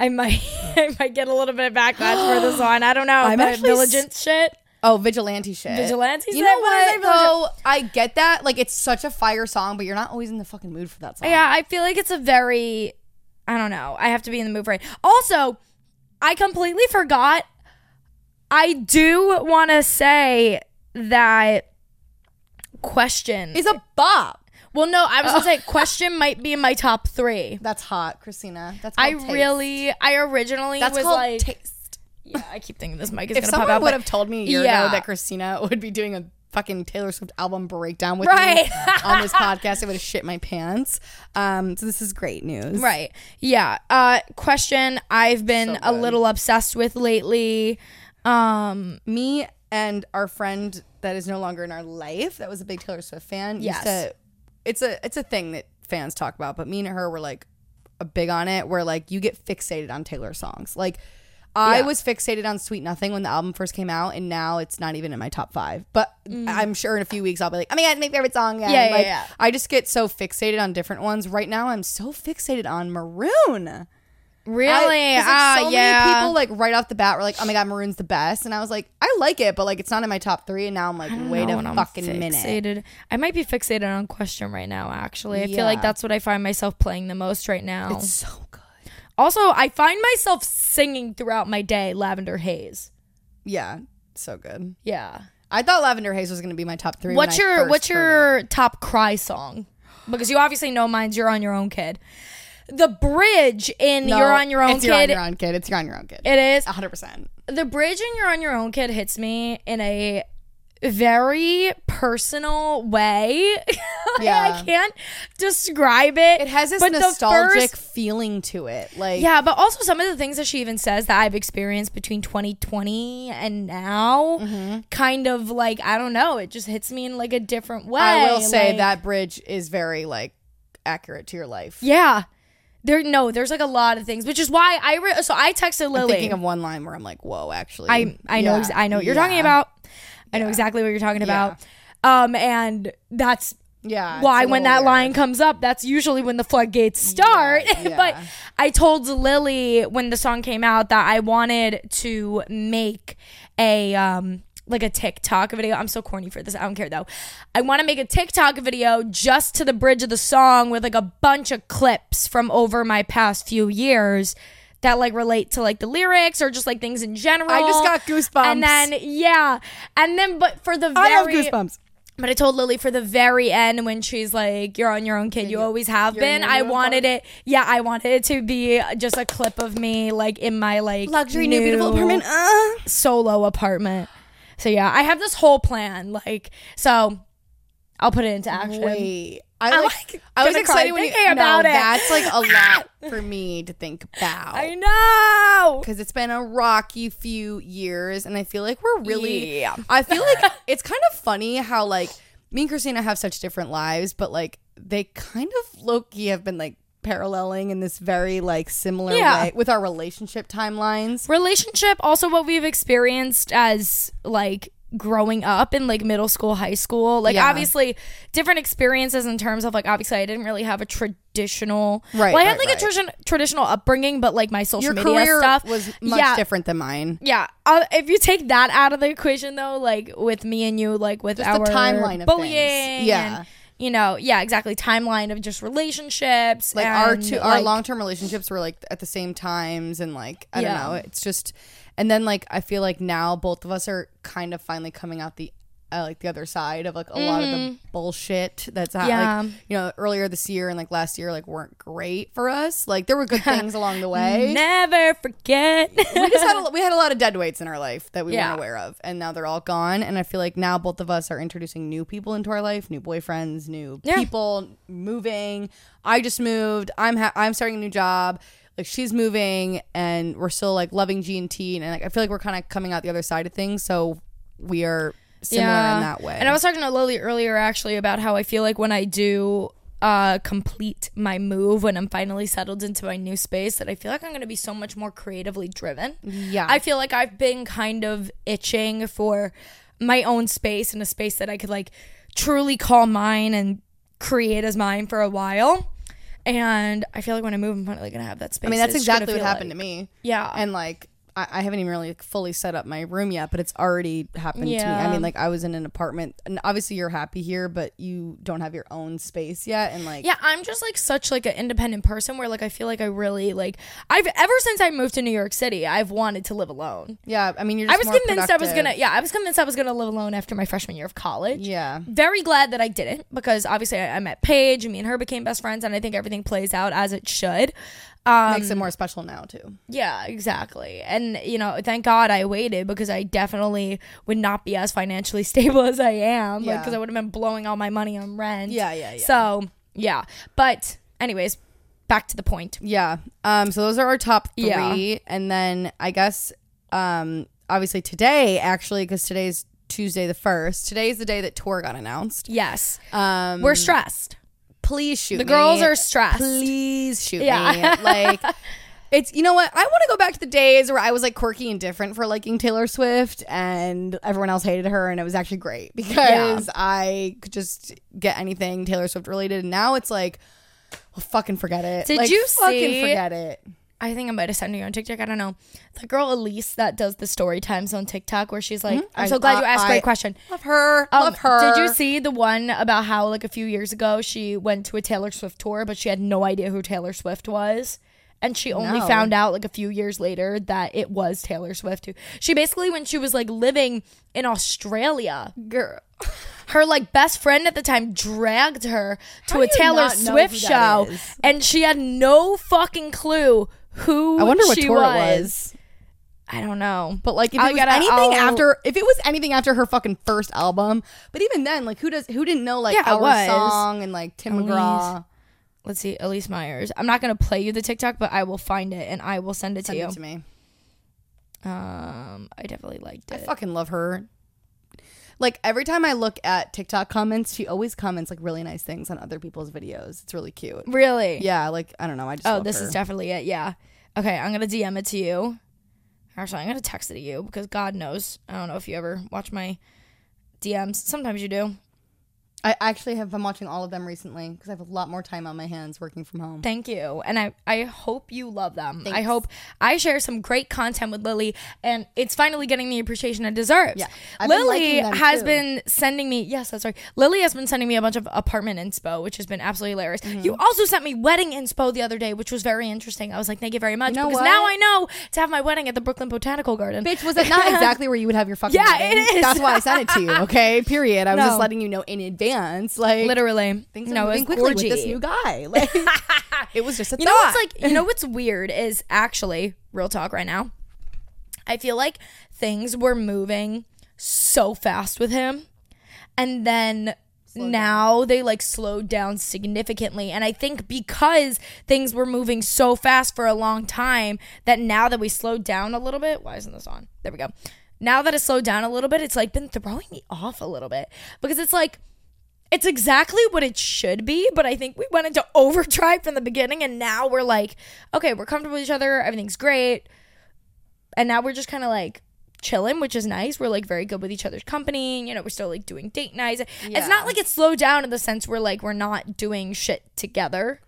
Speaker 1: I might I might get a little bit of backlash for this one. I don't know.
Speaker 2: I'm
Speaker 1: but
Speaker 2: actually s-
Speaker 1: diligent shit.
Speaker 2: Oh, vigilante shit.
Speaker 1: Vigilante
Speaker 2: You
Speaker 1: shit?
Speaker 2: know
Speaker 1: What
Speaker 2: what?
Speaker 1: is that
Speaker 2: Though I get that. Like it's such a fire song, but you're not always in the fucking mood for that song.
Speaker 1: Yeah, I feel like it's a very I don't know. I have to be in the mood for it. Also, I completely forgot. I do want to say that question.
Speaker 2: It's a bop.
Speaker 1: well, no, I
Speaker 2: Oh.
Speaker 1: was gonna say question might be in my top three.
Speaker 2: That's hot, Christina. That's
Speaker 1: I
Speaker 2: called taste.
Speaker 1: really, I originally
Speaker 2: That's
Speaker 1: was
Speaker 2: called
Speaker 1: like,
Speaker 2: taste.
Speaker 1: yeah, I keep thinking this mic is
Speaker 2: If
Speaker 1: gonna pop
Speaker 2: someone
Speaker 1: out.
Speaker 2: would
Speaker 1: but-
Speaker 2: have told me a year
Speaker 1: Yeah.
Speaker 2: ago that Christina would be doing a fucking Taylor Swift album breakdown with
Speaker 1: Right.
Speaker 2: me on this podcast, I would have shit my pants. Um, so this is great news.
Speaker 1: Right. Yeah. Uh question I've been a little obsessed with lately. Um
Speaker 2: me and our friend that is no longer in our life that was a big Taylor Swift fan
Speaker 1: Yes.
Speaker 2: used to it's a it's a thing that fans talk about but me and her were like a big on it where like you get fixated on Taylor songs like I
Speaker 1: Yeah.
Speaker 2: was fixated on Sweet Nothing when the album first came out and now it's not even in my top 5 but I'm sure in a few weeks I'll be like oh my god my favorite song again.
Speaker 1: Mm. Yeah, yeah,
Speaker 2: like
Speaker 1: yeah.
Speaker 2: I just get so fixated on different ones right now I'm so fixated on Maroon
Speaker 1: really?
Speaker 2: I- 'cause, like,
Speaker 1: Ah,
Speaker 2: so
Speaker 1: yeah.
Speaker 2: Many people like right off the bat were like, "Oh my god, Maroon's the best," and I was like, "I like it, but like it's not in my top three. And now I'm like, "Wait
Speaker 1: know
Speaker 2: a
Speaker 1: when I'm
Speaker 2: fucking minute."
Speaker 1: fixated. I might be fixated on question right now, actually. I feel like
Speaker 2: Yeah.
Speaker 1: that's what I find myself playing the most right now.
Speaker 2: So good.
Speaker 1: also, I find myself singing throughout my day Lavender Haze.
Speaker 2: Yeah, so good.
Speaker 1: Yeah. Um, um, growing up in like middle school, high school. Like
Speaker 2: Yeah.
Speaker 1: obviously different experiences in terms of like obviously I didn't really have a traditional
Speaker 2: Right,
Speaker 1: Well, I had
Speaker 2: right,
Speaker 1: like
Speaker 2: right.
Speaker 1: a tradition traditional upbringing, but like my social
Speaker 2: Your
Speaker 1: media
Speaker 2: career
Speaker 1: stuff
Speaker 2: was much
Speaker 1: yeah,
Speaker 2: different than mine.
Speaker 1: Yeah, uh, if you take that out of the equation, though, like with me and you, like with
Speaker 2: the
Speaker 1: our
Speaker 2: timeline of
Speaker 1: bullying,
Speaker 2: things. Yeah.
Speaker 1: and, you know, yeah, exactly, timeline of just relationships,
Speaker 2: like our
Speaker 1: and,
Speaker 2: two our
Speaker 1: like,
Speaker 2: long term relationships were like at the same times and like I
Speaker 1: Yeah.
Speaker 2: don't know. It's just and then like I feel like now both of us are kind of finally coming out the uh, like the other side of like a lot of the bullshit that's happening.
Speaker 1: Mm-hmm. Yeah.
Speaker 2: Like, you know, earlier this year and like last year like weren't great for us. Like there were good things along the way.
Speaker 1: Never forget.
Speaker 2: we just had a, we had a lot of dead weights in our life that we
Speaker 1: Yeah.
Speaker 2: weren't aware of, and now they're all gone. And I feel like now both of us are introducing new people into our life, new boyfriends, new
Speaker 1: Yeah.
Speaker 2: people, moving. I just moved. I'm ha- I'm starting a new job. Like she's moving, and we're still like loving G and T, and like I feel like we're kind of coming out the other side of things. So we are similar in that way.
Speaker 1: And I was talking to Lily earlier actually about how I feel like when I do uh, complete my move, when I'm finally settled into my new space, that I feel like I'm going to be so much more creatively driven.
Speaker 2: Yeah.
Speaker 1: I feel like I've been kind of itching for my own space and a space that I could like truly call mine and create as mine for a while. And I feel like when I move, I'm finally going to have that space.
Speaker 2: I mean, that's exactly what happened to me.
Speaker 1: Yeah.
Speaker 2: and like I, I haven't even really like, fully set up my room yet, but it's already happened to me.
Speaker 1: Yeah.
Speaker 2: I mean, like I was in an apartment, and obviously you're happy here, but you don't have your own space yet, and like
Speaker 1: Yeah, I'm just like such like an independent person where like I feel like I really like I've ever since I moved to New York City, I've wanted to live alone.
Speaker 2: yeah, I mean, you're.
Speaker 1: I
Speaker 2: Just
Speaker 1: was
Speaker 2: more
Speaker 1: convinced I was
Speaker 2: productive.
Speaker 1: gonna yeah, I was convinced I was gonna live alone after my freshman year of college.
Speaker 2: Yeah,
Speaker 1: Very glad that I didn't because obviously I, I met Paige and me and her became best friends and I think everything plays out as it should. Um,
Speaker 2: makes it more special now too.
Speaker 1: yeah, exactly. And, you know, thank God I waited because I definitely would not be as financially stable as I am.
Speaker 2: Yeah.
Speaker 1: Like, because I would have been blowing all my money on rent.
Speaker 2: Yeah, yeah, yeah.
Speaker 1: So, yeah. But, anyways, back to the point.
Speaker 2: Yeah. Um. So those are our top three,
Speaker 1: Yeah.
Speaker 2: and then I guess, um, obviously today actually because today's Tuesday the first. Today is the day that tour got announced.
Speaker 1: Yes.
Speaker 2: Um,
Speaker 1: We're stressed.
Speaker 2: please shoot.
Speaker 1: The girls
Speaker 2: me.
Speaker 1: are stressed.
Speaker 2: please shoot
Speaker 1: Yeah.
Speaker 2: me. Like it's you know what? I want to go back to the days where I was like quirky and different for liking Taylor Swift and everyone else hated her and it was actually great because I could just get anything Taylor Swift related and now it's like well, fucking forget it.
Speaker 1: Did
Speaker 2: Like,
Speaker 1: you
Speaker 2: fucking
Speaker 1: see-
Speaker 2: forget it?
Speaker 1: I think I might have sent you on TikTok. I don't know. The girl Elise that does the story times on TikTok where she's like, I'm
Speaker 2: Mm-hmm. I-
Speaker 1: so glad you
Speaker 2: I-
Speaker 1: asked
Speaker 2: I-
Speaker 1: great question.
Speaker 2: Love her.
Speaker 1: Um,
Speaker 2: love her.
Speaker 1: Did you see the one about how like a few years ago she went to a Taylor Swift tour, but she had no idea who Taylor Swift was, and she only
Speaker 2: No.
Speaker 1: found out like a few years later that it was Taylor Swift. Who she basically when she was like living in Australia,
Speaker 2: girl?
Speaker 1: her like best friend at the time dragged her to a
Speaker 2: do you
Speaker 1: Taylor
Speaker 2: not know
Speaker 1: Swift
Speaker 2: who that
Speaker 1: show,
Speaker 2: is?
Speaker 1: and she had no fucking clue who
Speaker 2: I wonder what
Speaker 1: she
Speaker 2: tour
Speaker 1: was.
Speaker 2: it was.
Speaker 1: I don't know,
Speaker 2: But like, if
Speaker 1: I
Speaker 2: it was
Speaker 1: gotta-
Speaker 2: anything
Speaker 1: I'll-
Speaker 2: after, if it was anything after her fucking first album, but even then, like, who does who didn't know like
Speaker 1: Yeah, it
Speaker 2: our
Speaker 1: was.
Speaker 2: song and like Tim McGraw?
Speaker 1: let's see, Elise Myers. I'm not gonna play you the TikTok, but I will find it and I will send it
Speaker 2: Send
Speaker 1: to you.
Speaker 2: it to me.
Speaker 1: Um, I definitely liked
Speaker 2: I
Speaker 1: it.
Speaker 2: fucking love her. Like every time I look at TikTok comments, she always comments like really nice things on other people's videos. It's really cute.
Speaker 1: really?
Speaker 2: Yeah, like I don't know. I just
Speaker 1: Oh,
Speaker 2: love
Speaker 1: this is
Speaker 2: her.
Speaker 1: definitely it. Yeah. Okay, I'm gonna DM it to you. Actually, I'm gonna text it to you because God knows I don't know if you ever watch my DMs. Sometimes you do.
Speaker 2: I actually have been watching all of them recently because I have a lot more time on my hands working from home.
Speaker 1: Thank you, and I I hope you love them. I hope I share some great content with Lily, and it's finally getting the appreciation it deserves.
Speaker 2: Yeah, I've been
Speaker 1: Lily
Speaker 2: liking them
Speaker 1: has
Speaker 2: too.
Speaker 1: been sending me yes, that's right. Lily has been sending me a bunch of apartment inspo, which has been absolutely hilarious.
Speaker 2: Mm-hmm.
Speaker 1: You also sent me wedding inspo the other day, which was very interesting. I was like, thank you very much
Speaker 2: know
Speaker 1: because
Speaker 2: what?
Speaker 1: now I know to have my wedding at the Brooklyn Botanical Garden.
Speaker 2: Bitch, was it not exactly where you would have your fucking?
Speaker 1: Yeah, it
Speaker 2: wedding?
Speaker 1: is.
Speaker 2: That's why I sent it to you. Okay, period. I was
Speaker 1: No.
Speaker 2: just letting you know in advance. Like
Speaker 1: Literally,
Speaker 2: things are
Speaker 1: no,
Speaker 2: moving
Speaker 1: it's
Speaker 2: quickly
Speaker 1: gorgy.
Speaker 2: with this new guy. Like it was just a
Speaker 1: You know
Speaker 2: thought.
Speaker 1: what's like you know what's weird is actually real talk right now. I feel like things were moving so fast with him and then now they like slowed down significantly and I think because things were moving so fast for a long time that now that we slowed down a little bit, why isn't this on? There we go. Now that it slowed down a little bit, it's like been throwing me off a little bit because it's like it's exactly what it should be, but I think we went into overdrive from the beginning and now we're like, okay, we're comfortable with each other, everything's great. And now we're just kind of like chilling, which is nice. We're like very good with each other's company. You know, we're still like doing date nights.
Speaker 2: Yeah.
Speaker 1: It's not like it's slowed down in the sense we're like we're not doing shit together.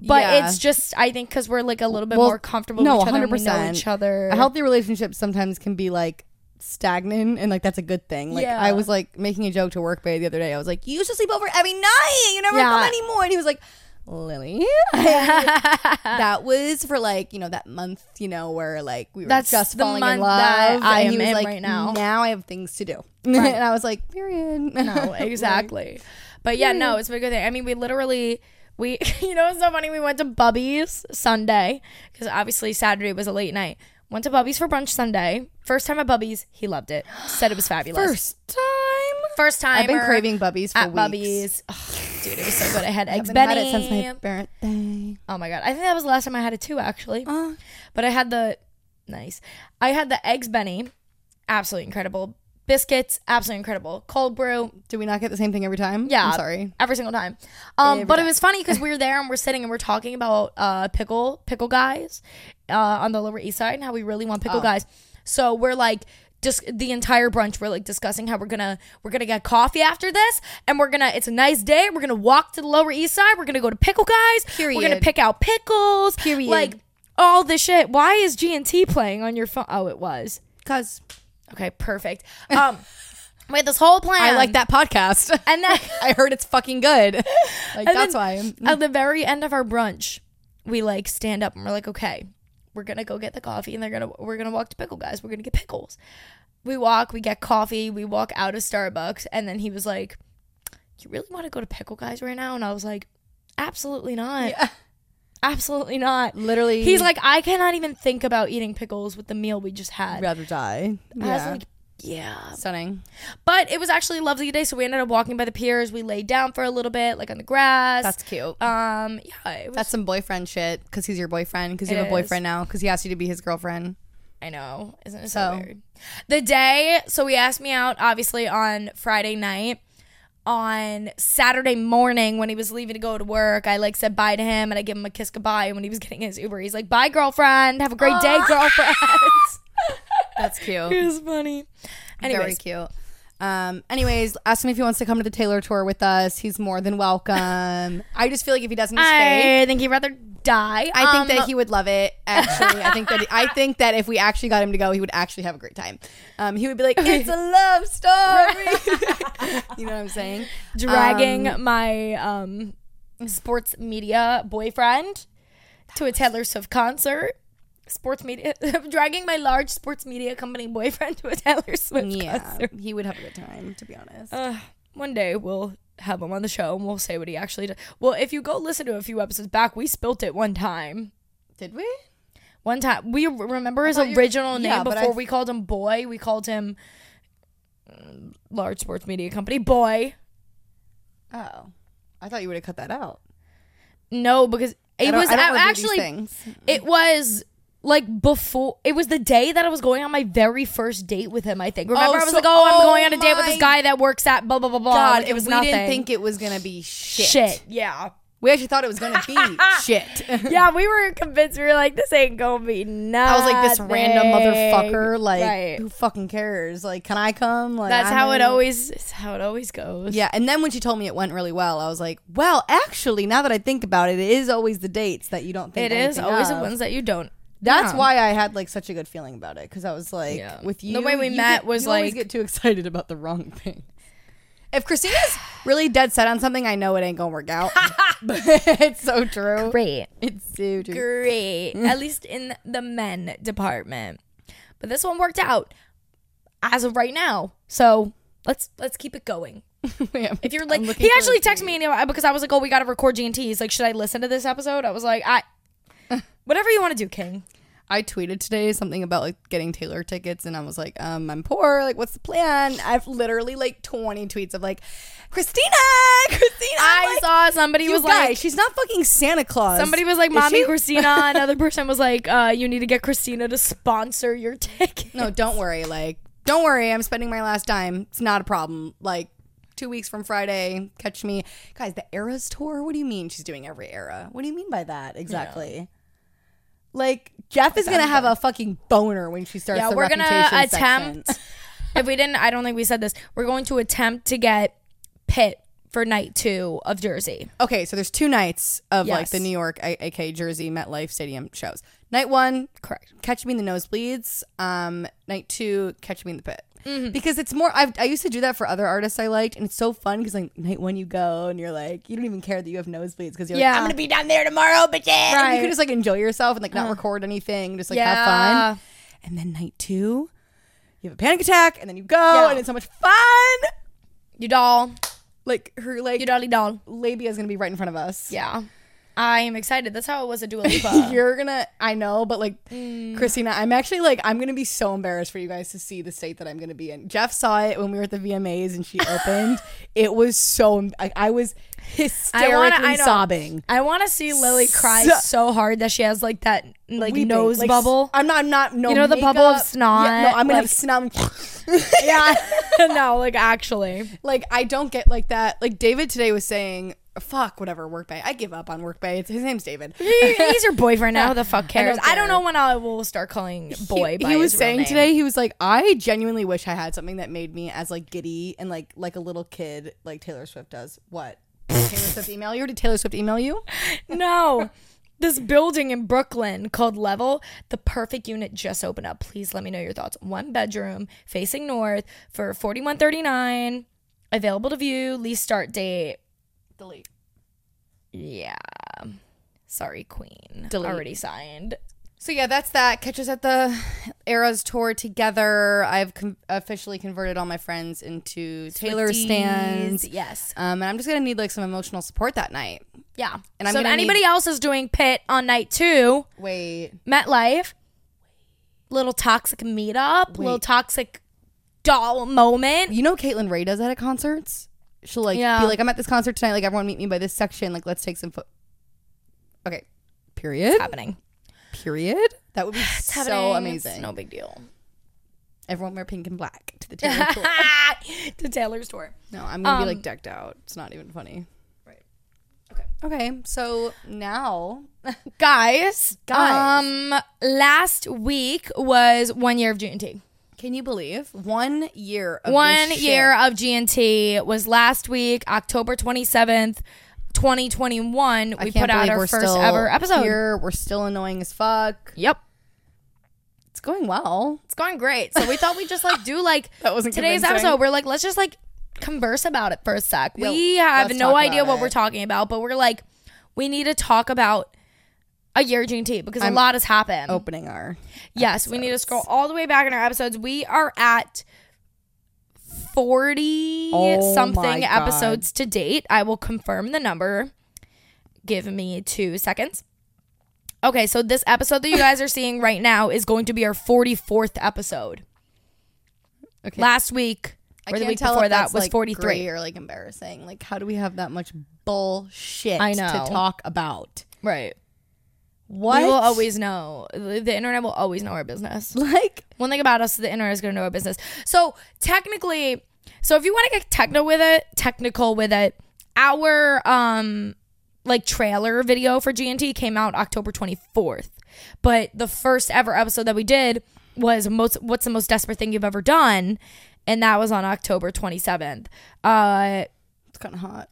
Speaker 1: But
Speaker 2: Yeah.
Speaker 1: it's just I think because we're like a little bit
Speaker 2: Well,
Speaker 1: more comfortable
Speaker 2: no,
Speaker 1: with each other. and we know
Speaker 2: 100%.
Speaker 1: each other.
Speaker 2: a healthy relationship sometimes can be like stagnant and like that's a good thing like
Speaker 1: Yeah.
Speaker 2: i was like making a joke to work bay the other day i was like you used to sleep over every night you never
Speaker 1: Yeah.
Speaker 2: come anymore and he was like lily that was for like you know that month you know where like we were
Speaker 1: That's
Speaker 2: just
Speaker 1: the
Speaker 2: falling in
Speaker 1: month
Speaker 2: love
Speaker 1: that I
Speaker 2: and
Speaker 1: am
Speaker 2: he was
Speaker 1: in
Speaker 2: like
Speaker 1: right now.
Speaker 2: now i have things to do and i was like period
Speaker 1: No, exactly. but yeah, no, it's been a good thing. I mean, we literally we you know it's so funny. We went to Bubby's Sunday because obviously Saturday was a late night. Went to Bubby's for brunch Sunday. First time at Bubby's, he loved it. Said it was fabulous.
Speaker 2: first time
Speaker 1: First time
Speaker 2: i've been craving bubbies for
Speaker 1: at
Speaker 2: weeks
Speaker 1: Bubby's. Ugh, dude, it was so good. I had eggs
Speaker 2: I've
Speaker 1: Benny.
Speaker 2: had it since my birthday
Speaker 1: oh my god, I think that was the last time I had it too, actually.
Speaker 2: Oh.
Speaker 1: But I had the nice. I had the eggs Benny, absolutely incredible. Biscuits, absolutely incredible. Cold brew,
Speaker 2: do we not get the same thing every time
Speaker 1: Yeah.
Speaker 2: i'm sorry
Speaker 1: every single time. Um,
Speaker 2: Every
Speaker 1: but
Speaker 2: time.
Speaker 1: it was funny because we were there and we're sitting and we're talking about uh, pickle pickle guys uh, on the Lower East Side and how we really want pickle
Speaker 2: Oh.
Speaker 1: guys. So we're like. Just the entire brunch, we're like discussing how we're gonna we're gonna get coffee after this, and we're gonna it's a nice day. We're gonna walk to the Lower East Side. We're gonna go to Pickle Guys. We're gonna
Speaker 2: Period.
Speaker 1: pick out pickles.
Speaker 2: Period.
Speaker 1: Like all this shit. Why is G and T playing on your phone? Oh, it was.
Speaker 2: because
Speaker 1: Okay, perfect. Um, we had this whole plan.
Speaker 2: I like that podcast.
Speaker 1: and then
Speaker 2: I heard it's fucking good. Like that's
Speaker 1: then-
Speaker 2: why.
Speaker 1: at the very end of our brunch, we like stand up and we're like, okay, we're gonna go get the coffee and they're gonna we're gonna walk to pickle guys. We're gonna get pickles. We walk, we get coffee, we walk out of Starbucks, and then he was like, You really wanna go to pickle guys right now? And I was like, Absolutely not.
Speaker 2: Yeah.
Speaker 1: Absolutely not.
Speaker 2: Literally,
Speaker 1: He's like, I cannot even think about eating pickles with the meal we just had.
Speaker 2: rather die.
Speaker 1: I was like, yeah.
Speaker 2: stunning.
Speaker 1: But it was actually a lovely day, so we ended up walking by the piers. We laid down for a little bit, like on the grass.
Speaker 2: That's cute.
Speaker 1: um, yeah, it was
Speaker 2: Uh, That's some boyfriend shit. Because he's your boyfriend. Because you
Speaker 1: It
Speaker 2: have a boyfriend
Speaker 1: is.
Speaker 2: now. Because he asked you to be his girlfriend.
Speaker 1: I know. Isn't it
Speaker 2: So-
Speaker 1: so weird? The day, so he asked me out obviously on Friday night. On Saturday morning when he was leaving to go to work, I like said bye to him and I gave him a kiss goodbye. And when he was getting his Uber, he's like, "Bye, girlfriend. Have a great day, girlfriend."
Speaker 2: That's
Speaker 1: it
Speaker 2: cute.
Speaker 1: was funny.
Speaker 2: Very
Speaker 1: Anyways,
Speaker 2: cute. Um, anyways, ask him if he wants to come to the Taylor tour with us. He's more than welcome. I just feel like if he doesn't stay,
Speaker 1: I think he'd rather die.
Speaker 2: I think
Speaker 1: Um,
Speaker 2: that he would love it. Actually, I think that I think that if we actually got him to go, he would actually have a great time. Um, he would be like, "It's a love story." you know what I'm saying?
Speaker 1: dragging my um sports media boyfriend to a Taylor Swift concert. Sports media, dragging my large sports media company boyfriend to a Taylor Swift
Speaker 2: Yeah,
Speaker 1: concert.
Speaker 2: he would have a good time, to be honest.
Speaker 1: Ugh. one day we'll have him on the show and we'll say what he actually did. Well, if you go listen to a few episodes back, we spilt it one time.
Speaker 2: Did we?
Speaker 1: One time, we remember his
Speaker 2: thought you-
Speaker 1: original name
Speaker 2: yeah, but I
Speaker 1: before
Speaker 2: th-
Speaker 1: we called him Boy. We called him mm, large sports media company Boy.
Speaker 2: Oh, I thought you would have cut that out.
Speaker 1: No, because
Speaker 2: I
Speaker 1: it
Speaker 2: don't-
Speaker 1: was
Speaker 2: I don't
Speaker 1: a-
Speaker 2: wanna do these
Speaker 1: actually
Speaker 2: things.
Speaker 1: It was like before. It was the day that I was going on my very first date with him. I think. Remember,
Speaker 2: Oh,
Speaker 1: I was
Speaker 2: so-
Speaker 1: like, "Oh, I'm
Speaker 2: oh
Speaker 1: going on a date with
Speaker 2: my
Speaker 1: this guy that works at blah blah blah blah."
Speaker 2: God,
Speaker 1: Like, it was
Speaker 2: we
Speaker 1: nothing.
Speaker 2: didn't think it was gonna be shit.
Speaker 1: shit. Yeah.
Speaker 2: We actually thought it was gonna be shit.
Speaker 1: Yeah, we were convinced. We were like, "This ain't gonna be
Speaker 2: I
Speaker 1: nothing."
Speaker 2: was like this random motherfucker. Like,
Speaker 1: Right.
Speaker 2: who fucking cares? Like, can I come? Like,
Speaker 1: That's
Speaker 2: I'm
Speaker 1: how it
Speaker 2: in.
Speaker 1: always. That's how it always goes.
Speaker 2: Yeah, and then when she told me it went really well, I was like, "Well, actually, now that I think about it, it is always the dates that you don't
Speaker 1: It
Speaker 2: think
Speaker 1: is
Speaker 2: anything
Speaker 1: always
Speaker 2: of.
Speaker 1: the ones that you don't.
Speaker 2: That's
Speaker 1: Yeah.
Speaker 2: why I had like such a good feeling about it because I was like,
Speaker 1: Yeah.
Speaker 2: with
Speaker 1: The
Speaker 2: you,
Speaker 1: way we
Speaker 2: you
Speaker 1: met
Speaker 2: get-
Speaker 1: was,
Speaker 2: you always
Speaker 1: like-
Speaker 2: get too excited about the wrong thing. If Christina's really dead set on something, I know it ain't gonna work out. but it's so true.
Speaker 1: Great.
Speaker 2: It's so true.
Speaker 1: great, at least in the men department. But this one worked out as of right now. So let's let's keep it going.
Speaker 2: Yeah,
Speaker 1: If you're
Speaker 2: I'm
Speaker 1: like,
Speaker 2: looking
Speaker 1: he
Speaker 2: for a
Speaker 1: actually
Speaker 2: date.
Speaker 1: texted me and he- because I was like, oh, we got to record G and T. He's like, should I listen to this episode? I was like, I, whatever you want to do, King.
Speaker 2: I tweeted today something about like getting Taylor tickets, and I was like, um, I'm poor. Like, what's the plan? I've literally like 20 tweets of like, Christina, Christina. I'm
Speaker 1: I
Speaker 2: like,
Speaker 1: saw somebody
Speaker 2: you
Speaker 1: was
Speaker 2: guys,
Speaker 1: like,
Speaker 2: she's not fucking Santa Claus.
Speaker 1: somebody was like,
Speaker 2: Is
Speaker 1: mommy
Speaker 2: she?
Speaker 1: Christina. Another person was like, uh, you need to get Christina to sponsor your ticket.
Speaker 2: No, don't worry. Like, don't worry. I'm spending my last dime. It's not a problem. Like, two weeks from Friday, catch me. Guys, the Eras tour? What do you mean she's doing every era? What do you mean by that exactly? Like Jeff is gonna have a fucking boner when she starts.
Speaker 1: Yeah,
Speaker 2: the
Speaker 1: we're gonna
Speaker 2: Reputation
Speaker 1: attempt-
Speaker 2: section.
Speaker 1: if we didn't, I don't think we said this. We're going to attempt to get Pitt for night two of Jersey.
Speaker 2: Okay, so there's two nights of like
Speaker 1: Yes.
Speaker 2: the New York, I- aka Jersey MetLife Stadium shows. Night one,
Speaker 1: Correct.
Speaker 2: Catch Me in the Nosebleeds. Um, night two, Catch Me in the Pit.
Speaker 1: Mm-hmm.
Speaker 2: Because it's more, I've, I used to do that for other artists I liked, and it's so fun because like night one you go and you're like, you don't even care that you have nosebleeds because you're
Speaker 1: Yeah.
Speaker 2: like, I'm gonna be down there tomorrow, but yeah, you
Speaker 1: Right. Uh-huh.
Speaker 2: can just like enjoy yourself and like not record anything, just like have
Speaker 1: Yeah.
Speaker 2: fun. And then night two, you have a panic attack, and then you go,
Speaker 1: Yeah.
Speaker 2: and it's so much fun.
Speaker 1: You doll.
Speaker 2: Like her like
Speaker 1: You dolly doll.
Speaker 2: labia is gonna be right in front of us.
Speaker 1: Yeah. I am excited. That's how it was at Dua Lipa.
Speaker 2: You're gonna, I know, but like,
Speaker 1: Mm.
Speaker 2: Christina, I'm actually like, I'm gonna be so embarrassed for you guys to see the state that I'm gonna be in. Jeff saw it when we were at the VMAs and she opened. it was so, em- I, I was hysterically
Speaker 1: know.
Speaker 2: sobbing.
Speaker 1: I want to see Lily cry so,
Speaker 2: So-
Speaker 1: hard that she has like that like
Speaker 2: Weeping.
Speaker 1: nose
Speaker 2: Like,
Speaker 1: bubble.
Speaker 2: I'm not, I'm not, no.
Speaker 1: You know the bubble of
Speaker 2: makeup.
Speaker 1: snot,
Speaker 2: Yeah, no, I'm
Speaker 1: like-
Speaker 2: gonna have snot.
Speaker 1: yeah. no, like actually.
Speaker 2: like, I don't get like that. Like, David today was saying, fuck, whatever, Work Bay. I give up on Work Bay. It's, his name's David.
Speaker 1: He- he's your boyfriend now. Who the fuck cares? I don't,
Speaker 2: don't care.
Speaker 1: know when I will start calling boy.
Speaker 2: he,
Speaker 1: by
Speaker 2: he was
Speaker 1: his real
Speaker 2: saying
Speaker 1: name.
Speaker 2: today he was like i genuinely wish i had something that made me as like giddy and like like a little kid like taylor swift does what taylor swift email you or did taylor swift email you
Speaker 1: No. This building in Brooklyn called Level, the perfect unit just opened up. Please let me know your thoughts. One bedroom facing north for 4139 available to view, lease start date.
Speaker 2: delete
Speaker 1: Yeah. Sorry, queen.
Speaker 2: Delete.
Speaker 1: Already signed.
Speaker 2: so yeah that's that catch us at the eras tour together i've com- officially converted all my friends into taylor
Speaker 1: Swifties.
Speaker 2: stands
Speaker 1: Yes.
Speaker 2: um, and i'm just gonna need like some emotional support that night
Speaker 1: Yeah. And
Speaker 2: And I'm
Speaker 1: so if
Speaker 2: gonna
Speaker 1: anybody else is doing pit on night 2,
Speaker 2: wait
Speaker 1: MetLife, little toxic meetup, little toxic doll moment.
Speaker 2: you know Caitlin Ray does that at concerts. She'll like
Speaker 1: Yeah.
Speaker 2: be like, I'm at this concert tonight. Like everyone meet me by this section. Like let's take some photo. Okay. Period.
Speaker 1: Happening.
Speaker 2: Period. That would be so
Speaker 1: Happening. It's
Speaker 2: amazing.
Speaker 1: no big deal.
Speaker 2: Everyone wear pink and black to the Taylor tour.
Speaker 1: to Taylor's tour.
Speaker 2: No, I'm gonna be
Speaker 1: Um,
Speaker 2: like decked out. It's not even funny.
Speaker 1: Right.
Speaker 2: Okay. Okay. So now,
Speaker 1: Guys,
Speaker 2: Guys.
Speaker 1: Um, last week was one year of GNT.
Speaker 2: can you believe one year? Of
Speaker 1: One
Speaker 2: this shit.
Speaker 1: year of GNT was last week, October 27th, 2021.
Speaker 2: I
Speaker 1: we
Speaker 2: can't
Speaker 1: put out
Speaker 2: believe
Speaker 1: our
Speaker 2: we're
Speaker 1: first
Speaker 2: still
Speaker 1: ever episode.
Speaker 2: Here. We're still annoying as fuck.
Speaker 1: Yep.
Speaker 2: It's going well.
Speaker 1: It's going great. So we thought we'd just like do like
Speaker 2: That wasn't
Speaker 1: today's
Speaker 2: convincing.
Speaker 1: episode. We're like, let's just like converse about it for a sec. we
Speaker 2: Yeah,
Speaker 1: have
Speaker 2: let's
Speaker 1: no
Speaker 2: talk
Speaker 1: idea
Speaker 2: about
Speaker 1: what
Speaker 2: it.
Speaker 1: we're talking about, but we're like, we need to talk about a year of GNT because a lot has happened.
Speaker 2: Opening our
Speaker 1: Yes, we need to scroll all the way back in our episodes. We are at 40
Speaker 2: Oh
Speaker 1: something
Speaker 2: my God.
Speaker 1: episodes to date. I will confirm the number. Give me two seconds. Okay, so this episode that you guys are seeing right now is going to be our 44th episode.
Speaker 2: Okay.
Speaker 1: Last week, or the
Speaker 2: can't
Speaker 1: week
Speaker 2: tell
Speaker 1: before
Speaker 2: if
Speaker 1: that
Speaker 2: that's,
Speaker 1: was
Speaker 2: like,
Speaker 1: 43.
Speaker 2: great or like embarrassing. Like, how do we have that much bullshit
Speaker 1: I know.
Speaker 2: to talk about?
Speaker 1: Right.
Speaker 2: What?
Speaker 1: We will always know. The the internet will always know our business.
Speaker 2: like.
Speaker 1: One thing about us, the internet is going to know our business. So technically, so if you want to get technical with it, technical with it, our um like trailer video for GNT came out October 24th. But the first ever episode that we did was most what's the most desperate thing you've ever done, and that was on October 27th. Uh,
Speaker 2: It's kind of hot.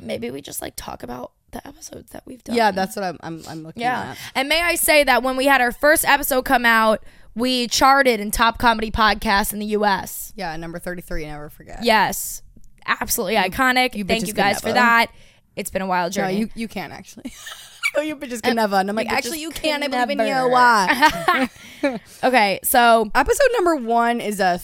Speaker 1: maybe we just like talk about the episodes that we've done.
Speaker 2: Yeah, that's what I'm. I'm, I'm looking
Speaker 1: Yeah.
Speaker 2: at.
Speaker 1: And may I say that when we had our first episode come out, we charted in top comedy podcasts in the US.
Speaker 2: Yeah, number thirty-three. Never forget.
Speaker 1: Yes. Absolutely iconic. Thank
Speaker 2: bitches
Speaker 1: you
Speaker 2: can
Speaker 1: guys for
Speaker 2: never.
Speaker 1: that. It's been a wild
Speaker 2: No,
Speaker 1: journey.
Speaker 2: you you can actually. oh, you bitches can never. And I'm like,
Speaker 1: bitches
Speaker 2: actually, you can. I
Speaker 1: can
Speaker 2: believe in
Speaker 1: never.
Speaker 2: you. Why?
Speaker 1: okay, so
Speaker 2: Episode number one is a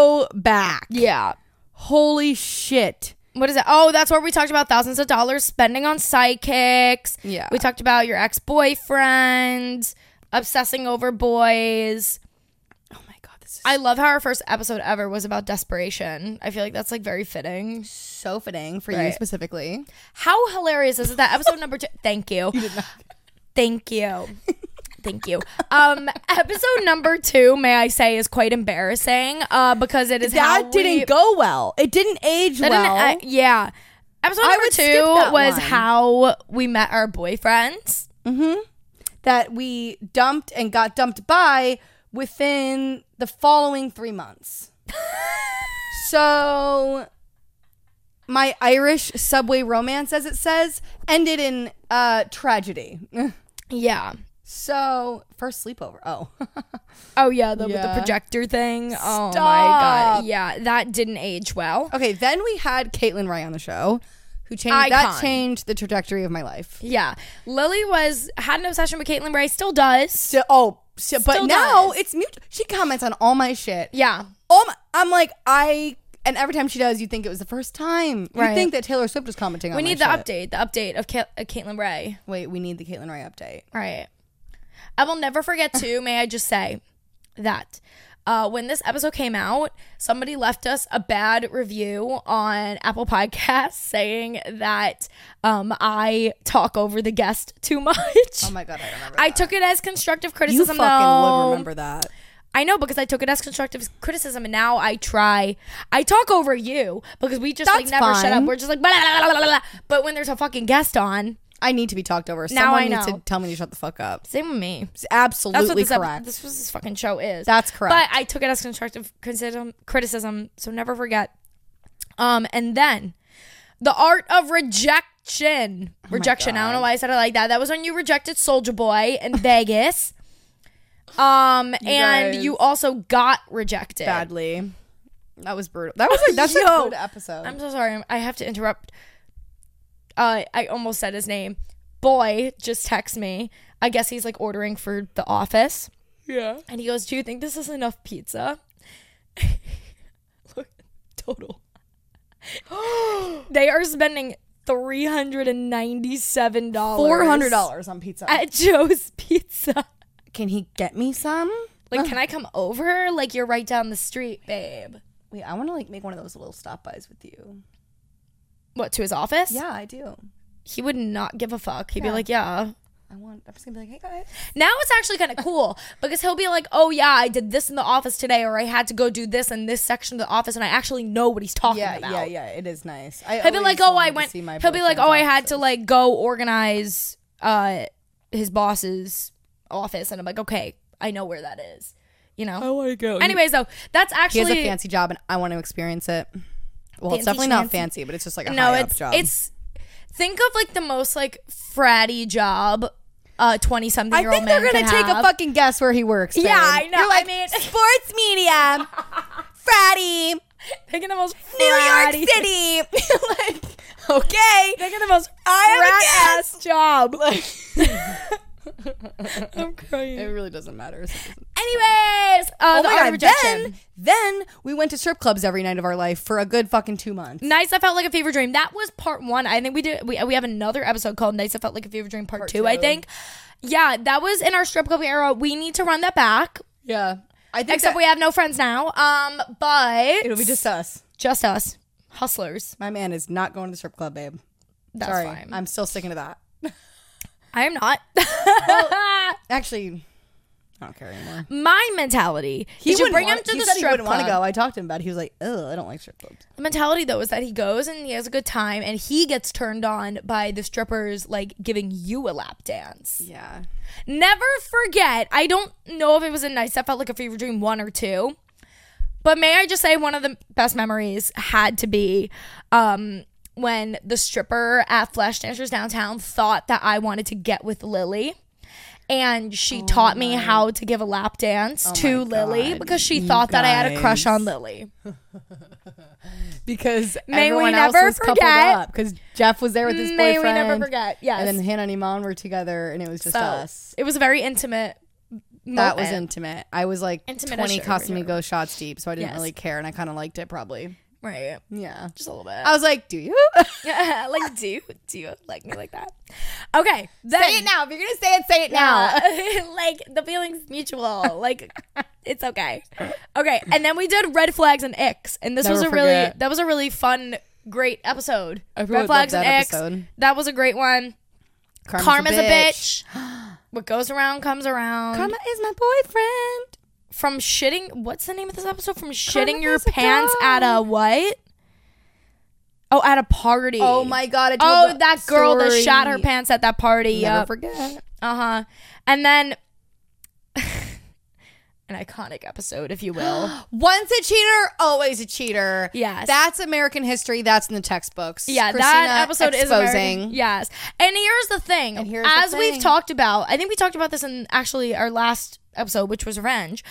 Speaker 2: throwback.
Speaker 1: yeah.
Speaker 2: Holy shit.
Speaker 1: What is it? Oh, that's where we talked about thousands of dollars spending on psychics.
Speaker 2: Yeah.
Speaker 1: We talked about your ex boyfriend, obsessing over boys.
Speaker 2: Oh my god, this is
Speaker 1: I love how our first episode ever was about desperation. I feel like that's like very fitting.
Speaker 2: so fitting for you
Speaker 1: Right.
Speaker 2: specifically.
Speaker 1: How hilarious is it that episode number two? Thank you. Thank you. Thank you. Um, episode number two, may I say, is quite embarrassing uh, because it is how
Speaker 2: That didn't
Speaker 1: we-
Speaker 2: go well. It didn't age
Speaker 1: that
Speaker 2: well.
Speaker 1: didn't- uh, yeah. Episode number
Speaker 2: would skip
Speaker 1: two
Speaker 2: that
Speaker 1: was
Speaker 2: one.
Speaker 1: how we met our boyfriends.
Speaker 2: that we dumped and got dumped by within the following three months. so my Irish subway romance, as it says, ended in uh, tragedy.
Speaker 1: Yeah.
Speaker 2: so first sleepover. Oh,
Speaker 1: Oh yeah, the with the
Speaker 2: Yeah.
Speaker 1: projector thing. Oh my
Speaker 2: Stop.
Speaker 1: god. Yeah, that didn't age well.
Speaker 2: okay. Then we had Caitlin Rye on the show, who changed
Speaker 1: Icon.
Speaker 2: that changed the trajectory of my life.
Speaker 1: Yeah. Lily was had an obsession with Caitlyn Bray, still does.
Speaker 2: So, oh, so, but
Speaker 1: Still
Speaker 2: now
Speaker 1: does.
Speaker 2: it's mutual. She comments on all my shit.
Speaker 1: Yeah.
Speaker 2: Oh, my, I'm like I. And every time she does, you think it was the first time. You
Speaker 1: Right.
Speaker 2: think that Taylor Swift was commenting on
Speaker 1: We need the
Speaker 2: my
Speaker 1: update,
Speaker 2: shit.
Speaker 1: the update of Ca- uh, Caitlyn Bray.
Speaker 2: Wait, we need the Caitlin Ray update.
Speaker 1: All right. I will never forget too, may I just say that uh, when this episode came out, somebody left us a bad review on Apple Podcasts saying that um, I talk over the guest too much.
Speaker 2: Oh my god, I remember.
Speaker 1: I took it as constructive
Speaker 2: you
Speaker 1: criticism
Speaker 2: fucking
Speaker 1: though.
Speaker 2: would remember that.
Speaker 1: I know because I took it as constructive criticism, and now I try. I talk over you because we just like
Speaker 2: That's
Speaker 1: never shut up.
Speaker 2: fine.
Speaker 1: We're just like blah, blah, blah, blah, blah, blah. But when there's a fucking guest on,
Speaker 2: I need to be talked over.
Speaker 1: Now
Speaker 2: Someone
Speaker 1: I
Speaker 2: needs
Speaker 1: know.
Speaker 2: to tell me to shut the fuck up.
Speaker 1: same with me.
Speaker 2: It's absolutely
Speaker 1: this ep-
Speaker 2: correct.
Speaker 1: this was this fucking show is.
Speaker 2: That's correct.
Speaker 1: But I took it as constructive criticism. Criticism, so never forget. Um, and then the art of rejection.
Speaker 2: Oh
Speaker 1: Rejection. I don't know why I said it like that. That was when you rejected Soldier Boy in Vegas. Um, and
Speaker 2: guys.
Speaker 1: you also got rejected.
Speaker 2: Badly. That was brutal. That was like that's
Speaker 1: Yo.
Speaker 2: a good episode.
Speaker 1: I'm so sorry. I have to interrupt. Uh, I almost said his name. Boy just texts me. I guess he's like ordering for the office.
Speaker 2: yeah.
Speaker 1: And he goes, Do you think this is enough pizza? Look, total. they are spending $397.
Speaker 2: Four hundred dollars on pizza.
Speaker 1: At Joe's Pizza.
Speaker 2: Can he get me some?
Speaker 1: Like, can I come over? Like, you're right down the street, babe.
Speaker 2: Wait, I want to like make one of those little stop bys with you.
Speaker 1: What, to his office?
Speaker 2: Yeah, I do.
Speaker 1: He would not give a fuck. He'd be
Speaker 2: Yeah.
Speaker 1: like, Yeah.
Speaker 2: I want. I'm just gonna be like, hey guys.
Speaker 1: Now it's actually kind of cool because he'll be like, "Oh yeah, I did this in the office today, or I had to go do this in this section of the office, and I actually know what he's talking
Speaker 2: Yeah,
Speaker 1: about."
Speaker 2: yeah, yeah. It is nice. I
Speaker 1: He'll be like,
Speaker 2: always
Speaker 1: "Oh,
Speaker 2: wanted
Speaker 1: I
Speaker 2: to
Speaker 1: went."
Speaker 2: see my
Speaker 1: He'll be like, "Oh, I
Speaker 2: boyfriend's
Speaker 1: had to like go organize uh his boss's office," and I'm like, "Okay, I know where that is." You know.
Speaker 2: office. want to go.
Speaker 1: Anyways, though, that's
Speaker 2: he has
Speaker 1: actually
Speaker 2: a fancy job, and I want to experience it. Well,
Speaker 1: Fancy
Speaker 2: it's definitely
Speaker 1: schmancy.
Speaker 2: not fancy, but it's just like a
Speaker 1: no,
Speaker 2: high
Speaker 1: it's
Speaker 2: up job.
Speaker 1: it's think of like the most like fratty job a twenty something
Speaker 2: I
Speaker 1: year old
Speaker 2: think
Speaker 1: man
Speaker 2: they're gonna
Speaker 1: can
Speaker 2: take
Speaker 1: have.
Speaker 2: a fucking guess where he works.
Speaker 1: Yeah,
Speaker 2: babe.
Speaker 1: I know.
Speaker 2: You're
Speaker 1: I
Speaker 2: like,
Speaker 1: mean-
Speaker 2: sports media, fratty,
Speaker 1: Picking the most
Speaker 2: New York
Speaker 1: fratty-
Speaker 2: City. like, okay,
Speaker 1: Picking the most
Speaker 2: I
Speaker 1: rat ass job. I'm
Speaker 2: It
Speaker 1: crying.
Speaker 2: really doesn't matter.
Speaker 1: Anyways, uh,
Speaker 2: Oh
Speaker 1: the
Speaker 2: my
Speaker 1: art of
Speaker 2: god!
Speaker 1: rejection.
Speaker 2: Then, then we went to strip clubs every night of our life for a good fucking two months.
Speaker 1: Nights that felt like a fever dream. That was part one. I think we did. We, we have another episode called Nights that felt like a fever dream part, two, I
Speaker 2: two.
Speaker 1: think. Yeah, that was in our strip club era. We need to run that back.
Speaker 2: Yeah, I think
Speaker 1: Except
Speaker 2: that-
Speaker 1: we have no friends now. Um, but
Speaker 2: it'll be just us.
Speaker 1: just us, hustlers.
Speaker 2: My man is not going to the strip club, babe.
Speaker 1: That's
Speaker 2: Sorry,
Speaker 1: fine. I'm,
Speaker 2: I'm still sticking to that.
Speaker 1: not.
Speaker 2: Actually, I don't care anymore.
Speaker 1: My mentality. He you
Speaker 2: wouldn't
Speaker 1: bring
Speaker 2: want-
Speaker 1: him to
Speaker 2: he
Speaker 1: the
Speaker 2: said
Speaker 1: strip
Speaker 2: he wouldn't
Speaker 1: club.
Speaker 2: want to go. I talked to him about. it. He was like, "Ugh, I don't like strip clubs."
Speaker 1: The mentality though is that he goes and he has a good time and he gets turned on by the strippers like giving you a lap dance.
Speaker 2: Yeah,
Speaker 1: Never forget, I don't know if it was a nice that felt like a fever dream one or two. But may I just say one of the best memories had to be um when the stripper at Flash Dancers Downtown thought that I wanted to get with Lily. And
Speaker 2: Oh
Speaker 1: she taught me how to give a lap dance to Lily
Speaker 2: God.
Speaker 1: because she thought that I had a crush
Speaker 2: guys.
Speaker 1: on Lily.
Speaker 2: because
Speaker 1: May we
Speaker 2: everyone
Speaker 1: never
Speaker 2: else was coupled
Speaker 1: forget-
Speaker 2: up because Jeff was there with his
Speaker 1: May
Speaker 2: boyfriend.
Speaker 1: we never forget. Yes.
Speaker 2: And then Hannah and Iman were together, and it was just
Speaker 1: So,
Speaker 2: us.
Speaker 1: It was a very intimate.
Speaker 2: Oh. That was
Speaker 1: moment.
Speaker 2: intimate. I was like
Speaker 1: Intimate,
Speaker 2: twenty
Speaker 1: sure, for sure.
Speaker 2: Casamigos shots deep, so I didn't
Speaker 1: Yes.
Speaker 2: really care, and I kind of liked it probably.
Speaker 1: right,
Speaker 2: Yeah,
Speaker 1: just a little
Speaker 2: I
Speaker 1: bit.
Speaker 2: was like, "Do you
Speaker 1: Yeah, like do you do you like me like that? Okay, then
Speaker 2: say it now? If you're gonna say it, say it now."
Speaker 1: Yeah. like the feelings mutual. Like it's okay. Okay, and then we did red flags and icks, and this
Speaker 2: Never
Speaker 1: was a really
Speaker 2: forget.
Speaker 1: that was a really fun, great episode.
Speaker 2: Everyone
Speaker 1: red flags
Speaker 2: loved
Speaker 1: and
Speaker 2: that
Speaker 1: icks.
Speaker 2: episode.
Speaker 1: That was a great one.
Speaker 2: Karma's,
Speaker 1: Karma's a bitch. what goes around comes around.
Speaker 2: Karma is my boyfriend.
Speaker 1: From shitting. What's the name of this episode? From shitting
Speaker 2: Karma
Speaker 1: your
Speaker 2: is a
Speaker 1: pants
Speaker 2: dog.
Speaker 1: at a what? Oh, at a party.
Speaker 2: Oh my god! I told
Speaker 1: Oh,
Speaker 2: the
Speaker 1: that girl that shot her
Speaker 2: story.
Speaker 1: pants at that party.
Speaker 2: Never
Speaker 1: Yep.
Speaker 2: forget.
Speaker 1: Uh huh. And then an iconic episode, if you will.
Speaker 2: Once a cheater, always a cheater.
Speaker 1: Yes.
Speaker 2: That's American history. That's in the textbooks.
Speaker 1: Yeah, that episode is amazing. Yes, and here's the thing.
Speaker 2: And here's the
Speaker 1: As
Speaker 2: thing.
Speaker 1: we've talked about, I think we talked about this in actually our last episode, which was revenge.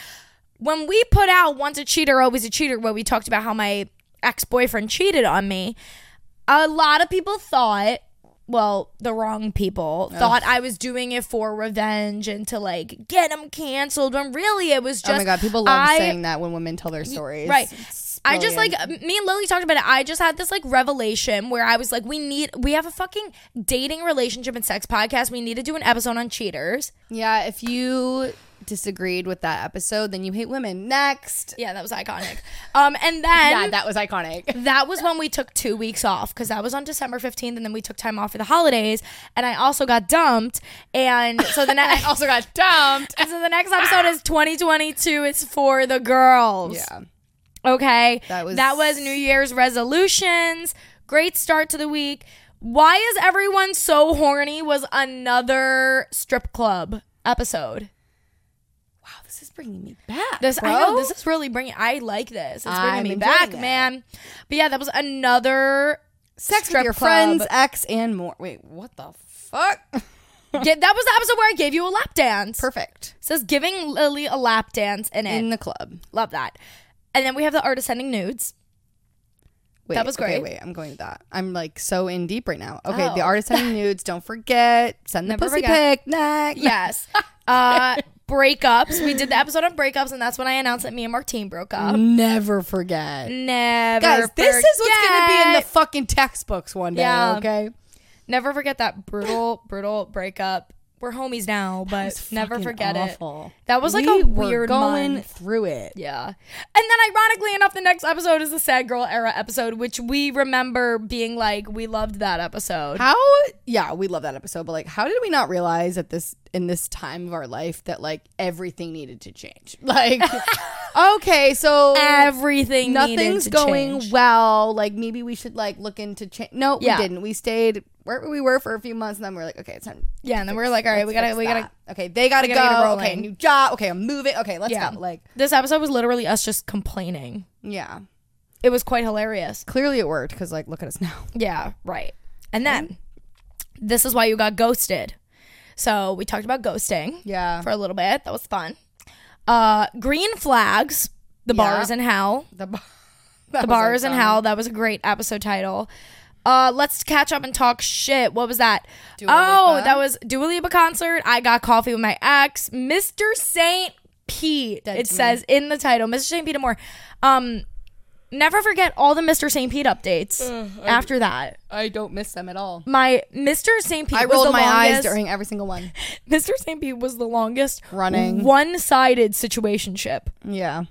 Speaker 1: When we put out "Once a Cheater, Always a Cheater," where we talked about how my ex boyfriend cheated on me, a lot of people thought. Well, the wrong people thought I was doing it for revenge and to like get him canceled. When really it was just
Speaker 2: oh my god, people love
Speaker 1: I-
Speaker 2: saying that when women tell their stories.
Speaker 1: Right.
Speaker 2: It's
Speaker 1: I just like
Speaker 2: brilliant.
Speaker 1: me and Lily talked about it. I just had this like revelation where I was like, we need we have a fucking dating relationship and sex podcast. We need to do an episode on cheaters.
Speaker 2: Yeah, if you disagreed with that episode, then you hate women. Next.
Speaker 1: Yeah, that was iconic. Um, and then
Speaker 2: Yeah, that was iconic.
Speaker 1: that was when we took two weeks off because that was on December fifteenth, and then we took time off for the holidays. And I also got dumped, and so the
Speaker 2: I
Speaker 1: next
Speaker 2: also got dumped.
Speaker 1: so the next episode is twenty twenty two. It's for the girls.
Speaker 2: Yeah.
Speaker 1: Okay.
Speaker 2: That was-
Speaker 1: that was New Year's resolutions. Great start to the week. Why is everyone so horny was another strip club episode.
Speaker 2: Wow, this is bringing me back.
Speaker 1: This
Speaker 2: bro.
Speaker 1: I know this is really bringing I like this. It's bringing
Speaker 2: I'm
Speaker 1: me
Speaker 2: enjoying
Speaker 1: back,
Speaker 2: it.
Speaker 1: man. But yeah, that was another
Speaker 2: sex with
Speaker 1: strip
Speaker 2: your
Speaker 1: club.
Speaker 2: friends, ex, and more. Wait, what the fuck?
Speaker 1: Yeah, that was the episode where I gave you a lap dance.
Speaker 2: Perfect.
Speaker 1: Says giving Lily a lap dance in it.
Speaker 2: In the club.
Speaker 1: Love that. And then we have the artist sending nudes.
Speaker 2: Wait,
Speaker 1: That was
Speaker 2: okay,
Speaker 1: great.
Speaker 2: wait, I'm going to that. I'm like so in deep right now. Okay, the
Speaker 1: Oh.
Speaker 2: artist sending nudes. Don't forget. Send the
Speaker 1: Never
Speaker 2: pussy
Speaker 1: forget.
Speaker 2: pic. Next.
Speaker 1: Yes. Uh breakups. We did the episode on breakups and that's when I announced that me and Martine broke up.
Speaker 2: Never forget.
Speaker 1: Never
Speaker 2: Guys, this is what's going to be in the
Speaker 1: forget-
Speaker 2: fucking textbooks one day,
Speaker 1: Yeah.
Speaker 2: okay?
Speaker 1: Never forget that brutal, brutal breakup. We're homies now, but never forget
Speaker 2: awful.
Speaker 1: it. That was like
Speaker 2: We
Speaker 1: a
Speaker 2: were
Speaker 1: weird
Speaker 2: going
Speaker 1: month.
Speaker 2: through it.
Speaker 1: Yeah. And then ironically enough, the next episode is the Sad Girl era episode, which we remember being like, we loved that episode.
Speaker 2: How yeah, we love that episode, but like how did we not realize at this in this time of our life that like everything needed to change? Like okay, so
Speaker 1: Everything needed
Speaker 2: nothing's
Speaker 1: to
Speaker 2: going
Speaker 1: change.
Speaker 2: well. Like maybe we should like look into change. No,
Speaker 1: Yeah.
Speaker 2: we didn't. We stayed where we were for a few months, and then we are like, okay, it's time.
Speaker 1: Yeah, and then we're like, all right, we gotta,
Speaker 2: fix
Speaker 1: we gotta.
Speaker 2: that. Okay, they gotta,
Speaker 1: we gotta get it
Speaker 2: go. Okay,
Speaker 1: rolling.
Speaker 2: new job. Okay, I'm moving. Okay, let's
Speaker 1: Yeah.
Speaker 2: go. Like
Speaker 1: This episode was literally us just complaining.
Speaker 2: yeah,
Speaker 1: It was quite hilarious.
Speaker 2: clearly it worked because like look at us now.
Speaker 1: Yeah, right. And then this is why you got ghosted. So we talked about ghosting
Speaker 2: Yeah,
Speaker 1: for a little bit. That was fun. Uh, green flags, the
Speaker 2: Yeah.
Speaker 1: bars in hell.
Speaker 2: the bar.
Speaker 1: The bars in hell. That was a great episode title. Uh, let's catch up and talk shit. What was that?
Speaker 2: Dua
Speaker 1: oh,
Speaker 2: Lipa.
Speaker 1: that was Dua Lipa concert. I got coffee with my ex, Mr. Saint Pete. it
Speaker 2: to me.
Speaker 1: says in the title, Mr. Saint Pete and more. Um, never forget all the Mr. Saint Pete updates
Speaker 2: Mm,
Speaker 1: after that
Speaker 2: I don't miss them at all.
Speaker 1: my Mr. St. Pete
Speaker 2: I
Speaker 1: was
Speaker 2: rolled
Speaker 1: the
Speaker 2: my
Speaker 1: longest,
Speaker 2: eyes during every single one.
Speaker 1: Mr. St. Pete was the longest
Speaker 2: Running.
Speaker 1: one-sided situationship.
Speaker 2: Yeah,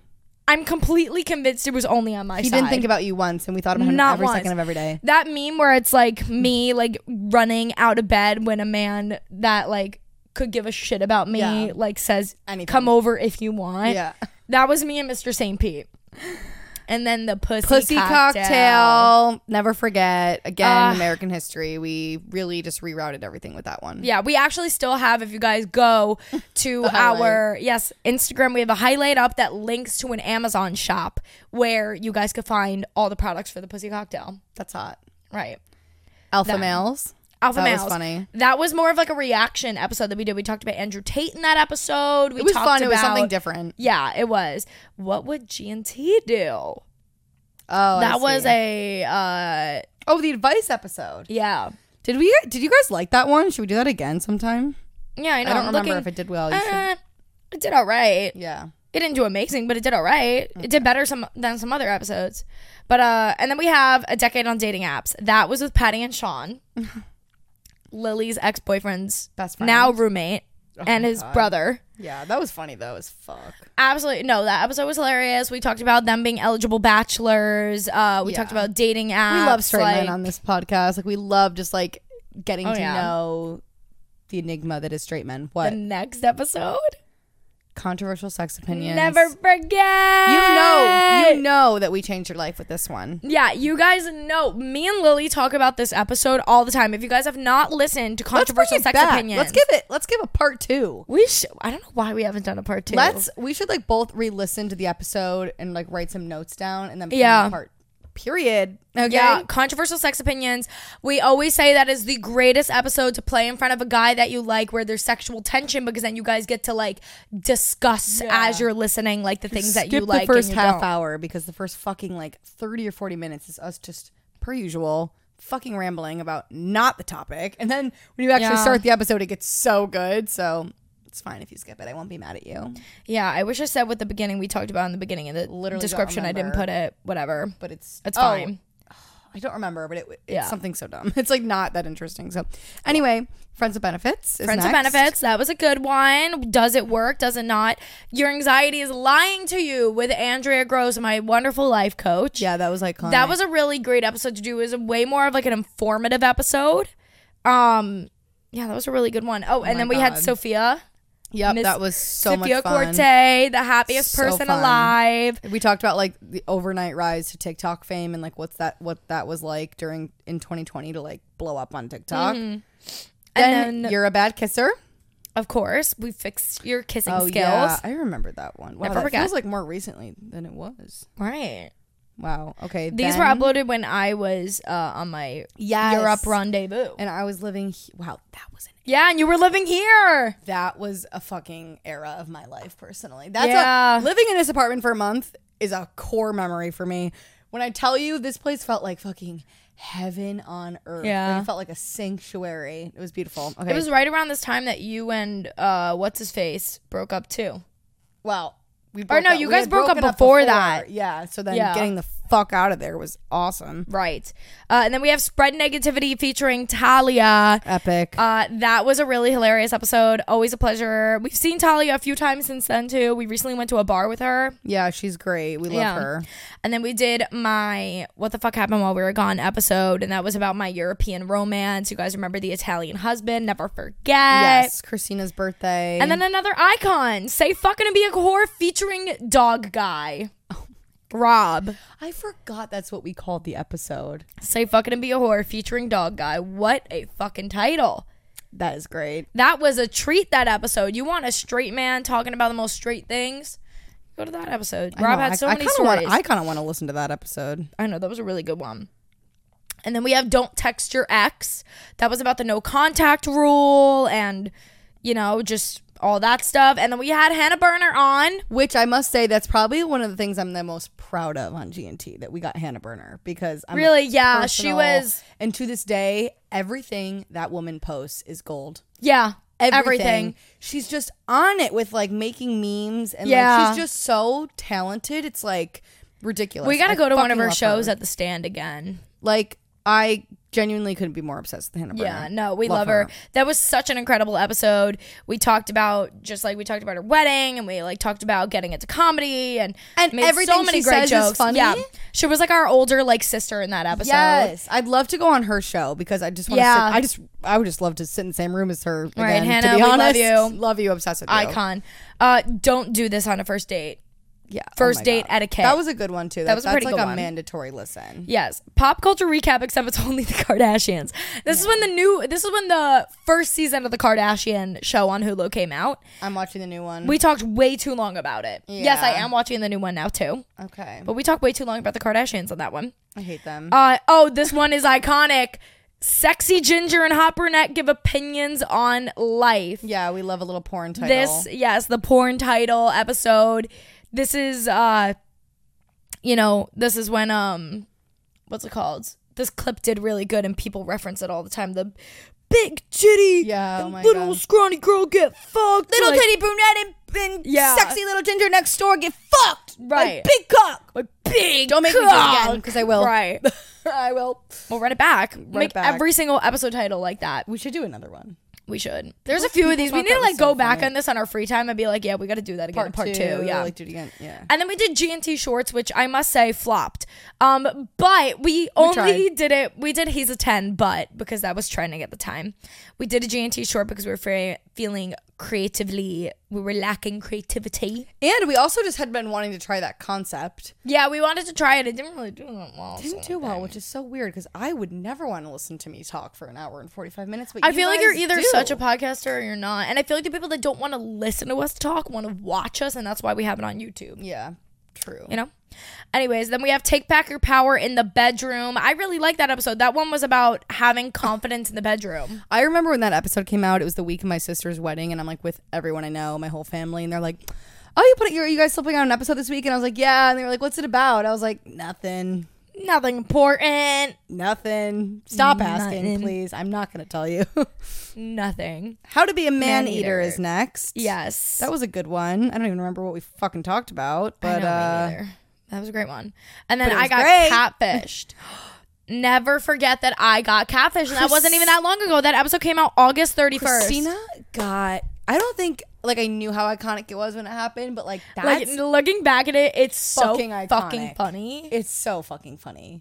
Speaker 1: I'm completely convinced it was only on my
Speaker 2: he
Speaker 1: side.
Speaker 2: didn't think about you once, and we thought about him
Speaker 1: Not
Speaker 2: every
Speaker 1: once.
Speaker 2: second of every day.
Speaker 1: that meme where it's like me like running out of bed when a man that like could give a shit about me
Speaker 2: Yeah.
Speaker 1: like says
Speaker 2: Anything.
Speaker 1: come over if you want.
Speaker 2: Yeah.
Speaker 1: That was me and Mr. St. Pete. And then the pussy,
Speaker 2: Pussy cocktail. Never forget. Again,
Speaker 1: Ugh.
Speaker 2: American history. We really just rerouted everything with that one.
Speaker 1: Yeah, we actually still have, if you guys go to
Speaker 2: highlight.
Speaker 1: our yes, Instagram, we have a highlight up that links to an Amazon shop where you guys could find all the products for the pussy cocktail.
Speaker 2: That's hot.
Speaker 1: Right.
Speaker 2: Alpha males.
Speaker 1: Alpha
Speaker 2: That was
Speaker 1: males.
Speaker 2: funny.
Speaker 1: That was more of like a reaction episode that we did. We talked about Andrew Tate in that episode. We
Speaker 2: It was
Speaker 1: talked
Speaker 2: fun. it was
Speaker 1: about-
Speaker 2: something different.
Speaker 1: Yeah, it was. What would G and T do?
Speaker 2: Oh,
Speaker 1: that was
Speaker 2: a
Speaker 1: a uh
Speaker 2: oh the advice episode.
Speaker 1: yeah.
Speaker 2: Did we? Did you guys like that one? Should we do that again sometime?
Speaker 1: Yeah, I know.
Speaker 2: I don't
Speaker 1: am
Speaker 2: remember
Speaker 1: looking,
Speaker 2: if it did well. You should,
Speaker 1: Eh, it did all right.
Speaker 2: yeah.
Speaker 1: it didn't do amazing, but it did all right.
Speaker 2: Mm-hmm.
Speaker 1: It did better some than some other episodes. But uh and then we have a decade on dating apps. That was with Patty and Sean. Lily's ex-boyfriend's
Speaker 2: Best Oh friend.
Speaker 1: now roommate and his brother.
Speaker 2: Yeah, that was funny though as fuck.
Speaker 1: Absolutely no, that episode was hilarious. We talked about them being eligible bachelors. Uh we talked
Speaker 2: Yeah.
Speaker 1: about dating apps.
Speaker 2: We love straight
Speaker 1: like,
Speaker 2: men on this podcast. Like we love just like getting
Speaker 1: Oh,
Speaker 2: to
Speaker 1: yeah.
Speaker 2: know the enigma that is straight men. What?
Speaker 1: the next episode.
Speaker 2: controversial sex opinions.
Speaker 1: Never forget.
Speaker 2: You know, you know that we changed your life with this one.
Speaker 1: Yeah, you guys know. Me and Lily talk about this episode all the time. If you guys have not listened to
Speaker 2: Let's bring
Speaker 1: controversial
Speaker 2: it
Speaker 1: sex
Speaker 2: back.
Speaker 1: opinions,
Speaker 2: Let's give it. Let's give a part two.
Speaker 1: We should. I don't know why we haven't done a part 2
Speaker 2: Let's. We should like both re-listen to the episode and like write some notes down and then plan
Speaker 1: Yeah.
Speaker 2: a part. Period. Okay.
Speaker 1: Yeah, controversial sex opinions. We always say that is the greatest episode to play in front of a guy that you like where there's sexual tension because then you guys get to like discuss as you're listening like the things that
Speaker 2: Skip
Speaker 1: you like
Speaker 2: the first
Speaker 1: and you
Speaker 2: half
Speaker 1: don't.
Speaker 2: hour because the first fucking like thirty or forty minutes is us just per usual fucking rambling about not the topic, and then when you actually
Speaker 1: Yeah.
Speaker 2: start the episode, it gets so good. So it's fine if you skip it. I won't be mad at you.
Speaker 1: Yeah, I wish I said what the beginning we talked about in the beginning in the
Speaker 2: Literally don't
Speaker 1: description. I didn't put
Speaker 2: remember.
Speaker 1: it. Whatever.
Speaker 2: But it's
Speaker 1: It's
Speaker 2: oh,
Speaker 1: fine.
Speaker 2: I don't remember, but it, it's
Speaker 1: Yeah.
Speaker 2: something so dumb. It's like not that interesting. So anyway, friends of benefits. Is
Speaker 1: Friends with
Speaker 2: next.
Speaker 1: benefits. That was a good one. Does it work? Does it not? Your anxiety is lying to you with Andrea Gross, my wonderful life coach.
Speaker 2: Yeah, that was like
Speaker 1: that was a really great episode to do. It was a way more of like an informative episode. Um, yeah, that was a really good one. Oh, and
Speaker 2: my
Speaker 1: then we had
Speaker 2: God.
Speaker 1: Sophia,
Speaker 2: yep.
Speaker 1: Miss
Speaker 2: That was so
Speaker 1: Sophia
Speaker 2: much fun.
Speaker 1: Corte, the happiest
Speaker 2: So
Speaker 1: person
Speaker 2: fun.
Speaker 1: alive.
Speaker 2: We talked about like the overnight rise to TikTok fame and like what's that what that was like during in 2020 to like blow up on TikTok. Then,
Speaker 1: Mm-hmm. And then,
Speaker 2: you're a bad kisser. Oh,
Speaker 1: of course, we fixed your kissing skills.
Speaker 2: I remember that one. Wow,
Speaker 1: Never
Speaker 2: that
Speaker 1: forget.
Speaker 2: feels like more recently than it was.
Speaker 1: Right.
Speaker 2: Wow. Okay.
Speaker 1: These
Speaker 2: then-
Speaker 1: were uploaded when I was uh, on my
Speaker 2: Yes.
Speaker 1: Europe rendezvous.
Speaker 2: and I was living. He- wow, that was an
Speaker 1: yeah, and you were living here.
Speaker 2: that was a fucking era of my life personally. That's
Speaker 1: Yeah.
Speaker 2: a, living in this apartment for a month is a core memory for me. When I tell you this place felt like fucking heaven on earth. Like,
Speaker 1: Yeah.
Speaker 2: it felt like a sanctuary. It was beautiful. Okay.
Speaker 1: It was right around this time that you and uh, what's his face broke up too.
Speaker 2: well, we
Speaker 1: Or no,
Speaker 2: up-
Speaker 1: you
Speaker 2: we
Speaker 1: guys
Speaker 2: had
Speaker 1: broke up
Speaker 2: broken
Speaker 1: before that.
Speaker 2: Yeah. So then
Speaker 1: Yeah.
Speaker 2: getting the fuck out of there was awesome.
Speaker 1: Right. Uh, and then we have Spread Negativity featuring Talia.
Speaker 2: Epic.
Speaker 1: Uh, that was a really hilarious episode. Always a pleasure. We've seen Talia a few times since then too. We recently went to a bar with her.
Speaker 2: yeah, she's great. We love
Speaker 1: Yeah.
Speaker 2: her.
Speaker 1: And then we did my What the Fuck Happened While We Were Gone episode, and that was about my European romance. You guys remember the Italian husband, never forget.
Speaker 2: Yes. Christina's birthday.
Speaker 1: Uh, And then another icon, Say Fucking and Be a Whore featuring Dog Guy. Rob.
Speaker 2: I forgot that's what we called the episode.
Speaker 1: Say Fucking and Be a Whore featuring Dog Guy. What a fucking title.
Speaker 2: That is great.
Speaker 1: That was a treat that episode. You want a straight man talking about the most straight things? Go to that episode. Rob
Speaker 2: know,
Speaker 1: had so
Speaker 2: I,
Speaker 1: many
Speaker 2: I kinda
Speaker 1: stories.
Speaker 2: Wanna, I kind of want to listen to that episode.
Speaker 1: I know that was a really good one. And then we have Don't Text Your Ex. That was about the no contact rule and you know, just all that stuff. And then we had Hannah Burner on.
Speaker 2: Which I must say, that's probably one of the things I'm the most proud of on GNT that we got Hannah Burner because I'm a
Speaker 1: Really? Yeah, she
Speaker 2: personal-
Speaker 1: was-
Speaker 2: and to this day, everything that woman posts is gold.
Speaker 1: Yeah. Everything.
Speaker 2: She's just on it with like making memes and
Speaker 1: Yeah.
Speaker 2: like she's just so talented. It's like ridiculous.
Speaker 1: We got
Speaker 2: I
Speaker 1: to go to one of
Speaker 2: fucking
Speaker 1: her
Speaker 2: love
Speaker 1: shows at the stand again.
Speaker 2: like I genuinely couldn't be more obsessed with Hannah Burner.
Speaker 1: Yeah, no, we love, her. That was such an incredible episode. We talked about just like we talked about her wedding, and we like talked about getting into comedy, and
Speaker 2: And
Speaker 1: made
Speaker 2: everything she says is funny.
Speaker 1: Yeah, she was like our older like sister in that episode.
Speaker 2: Yes, I'd love to go on her show because I just want
Speaker 1: Yeah.
Speaker 2: to. I just I would just love to sit in the same room as her. Again,
Speaker 1: right, Hannah,
Speaker 2: to be
Speaker 1: we love
Speaker 2: honest.
Speaker 1: you.
Speaker 2: love you, obsessed with you.
Speaker 1: icon. Uh, don't do this on a first date.
Speaker 2: Yeah, oh
Speaker 1: First
Speaker 2: my
Speaker 1: date
Speaker 2: God.
Speaker 1: etiquette.
Speaker 2: That was a good one too. That,
Speaker 1: was a
Speaker 2: that's
Speaker 1: pretty
Speaker 2: like
Speaker 1: good
Speaker 2: a
Speaker 1: one.
Speaker 2: mandatory listen.
Speaker 1: Yes, pop culture recap. Except it's only the Kardashians. This is when the new. This is when the first season of the Kardashian show on Hulu came out.
Speaker 2: I'm watching the new one.
Speaker 1: We talked way too long about it. Yes, I
Speaker 2: Yeah.
Speaker 1: am watching the new one now too.
Speaker 2: okay,
Speaker 1: But we talked way too long about the Kardashians on that one.
Speaker 2: I hate them.
Speaker 1: Uh, oh, this one is iconic. Sexy Ginger and Hot Brunette give opinions on life.
Speaker 2: yeah, we love a little porn title.
Speaker 1: This, yes, the porn title episode. This is, uh, you know, this is when, um, what's it called? This clip did really good and people reference it all the time. The big titty
Speaker 2: Yeah, oh
Speaker 1: and
Speaker 2: my
Speaker 1: little
Speaker 2: God.
Speaker 1: scrawny girl get fucked.
Speaker 2: little
Speaker 1: like-
Speaker 2: titty brunette and, and
Speaker 1: Yeah.
Speaker 2: sexy little ginger next door get fucked. by
Speaker 1: Right.
Speaker 2: big cock.
Speaker 1: My big
Speaker 2: Don't make me do it again because I will.
Speaker 1: Right.
Speaker 2: I will.
Speaker 1: We'll run it back. Make
Speaker 2: back.
Speaker 1: every single episode title like that.
Speaker 2: We should do another one.
Speaker 1: We should. There's a few of these. We
Speaker 2: thought
Speaker 1: need to
Speaker 2: that
Speaker 1: like
Speaker 2: was
Speaker 1: go
Speaker 2: so
Speaker 1: back
Speaker 2: funny.
Speaker 1: on this on our free time and be like, yeah, we got to do that again. Part, part two, yeah.
Speaker 2: Like, do it again. Yeah.
Speaker 1: and then we did GNT shorts, which I must say flopped. Um, but we only
Speaker 2: tried.
Speaker 1: did it. We did he's a ten, but because that was trending at the time, we did a GNT short because we were fe- feeling creatively we were lacking creativity.
Speaker 2: And we also just had been wanting to try that concept.
Speaker 1: Yeah, we wanted to try it. It didn't really do that well.
Speaker 2: Didn't
Speaker 1: so
Speaker 2: do well, which is so weird because I would never want to listen to me talk for an hour and 45 minutes. But
Speaker 1: I feel like you're
Speaker 2: guys
Speaker 1: either
Speaker 2: do.
Speaker 1: such a podcaster or you're not. And I feel like the people that don't want to listen to us talk want to watch us, and that's why we have it on YouTube.
Speaker 2: Yeah, true.
Speaker 1: You know? Anyways, then we have Take Back Your Power in the Bedroom. I really like that episode. That one was about having confidence in the bedroom.
Speaker 2: I remember when that episode came out, it was the week of my sister's wedding, and I'm like with everyone I know, my whole family, and they're like, Oh, you put it, you guys still putting out an episode this week? And I was like, Yeah. And they were like, What's it about? I was like, Nothing.
Speaker 1: Nothing important.
Speaker 2: Nothing. Stop asking, please. I'm not going to tell you.
Speaker 1: Nothing.
Speaker 2: How to be a man
Speaker 1: Man-eater.
Speaker 2: eater is next.
Speaker 1: Yes.
Speaker 2: That was a good one. I don't even remember what we fucking talked about,
Speaker 1: I
Speaker 2: but
Speaker 1: know, me
Speaker 2: uh,
Speaker 1: neither. that was a great one. And then
Speaker 2: but it
Speaker 1: I
Speaker 2: was
Speaker 1: got
Speaker 2: great.
Speaker 1: catfished. Never forget that I got catfished, and that wasn't even that long ago. That episode came out August thirty first.
Speaker 2: Christina got. I don't think like I knew how iconic it was when it happened, but like
Speaker 1: Like
Speaker 2: that's
Speaker 1: looking back at it, it's so
Speaker 2: Fucking
Speaker 1: fucking,
Speaker 2: iconic.
Speaker 1: funny.
Speaker 2: it's so fucking funny.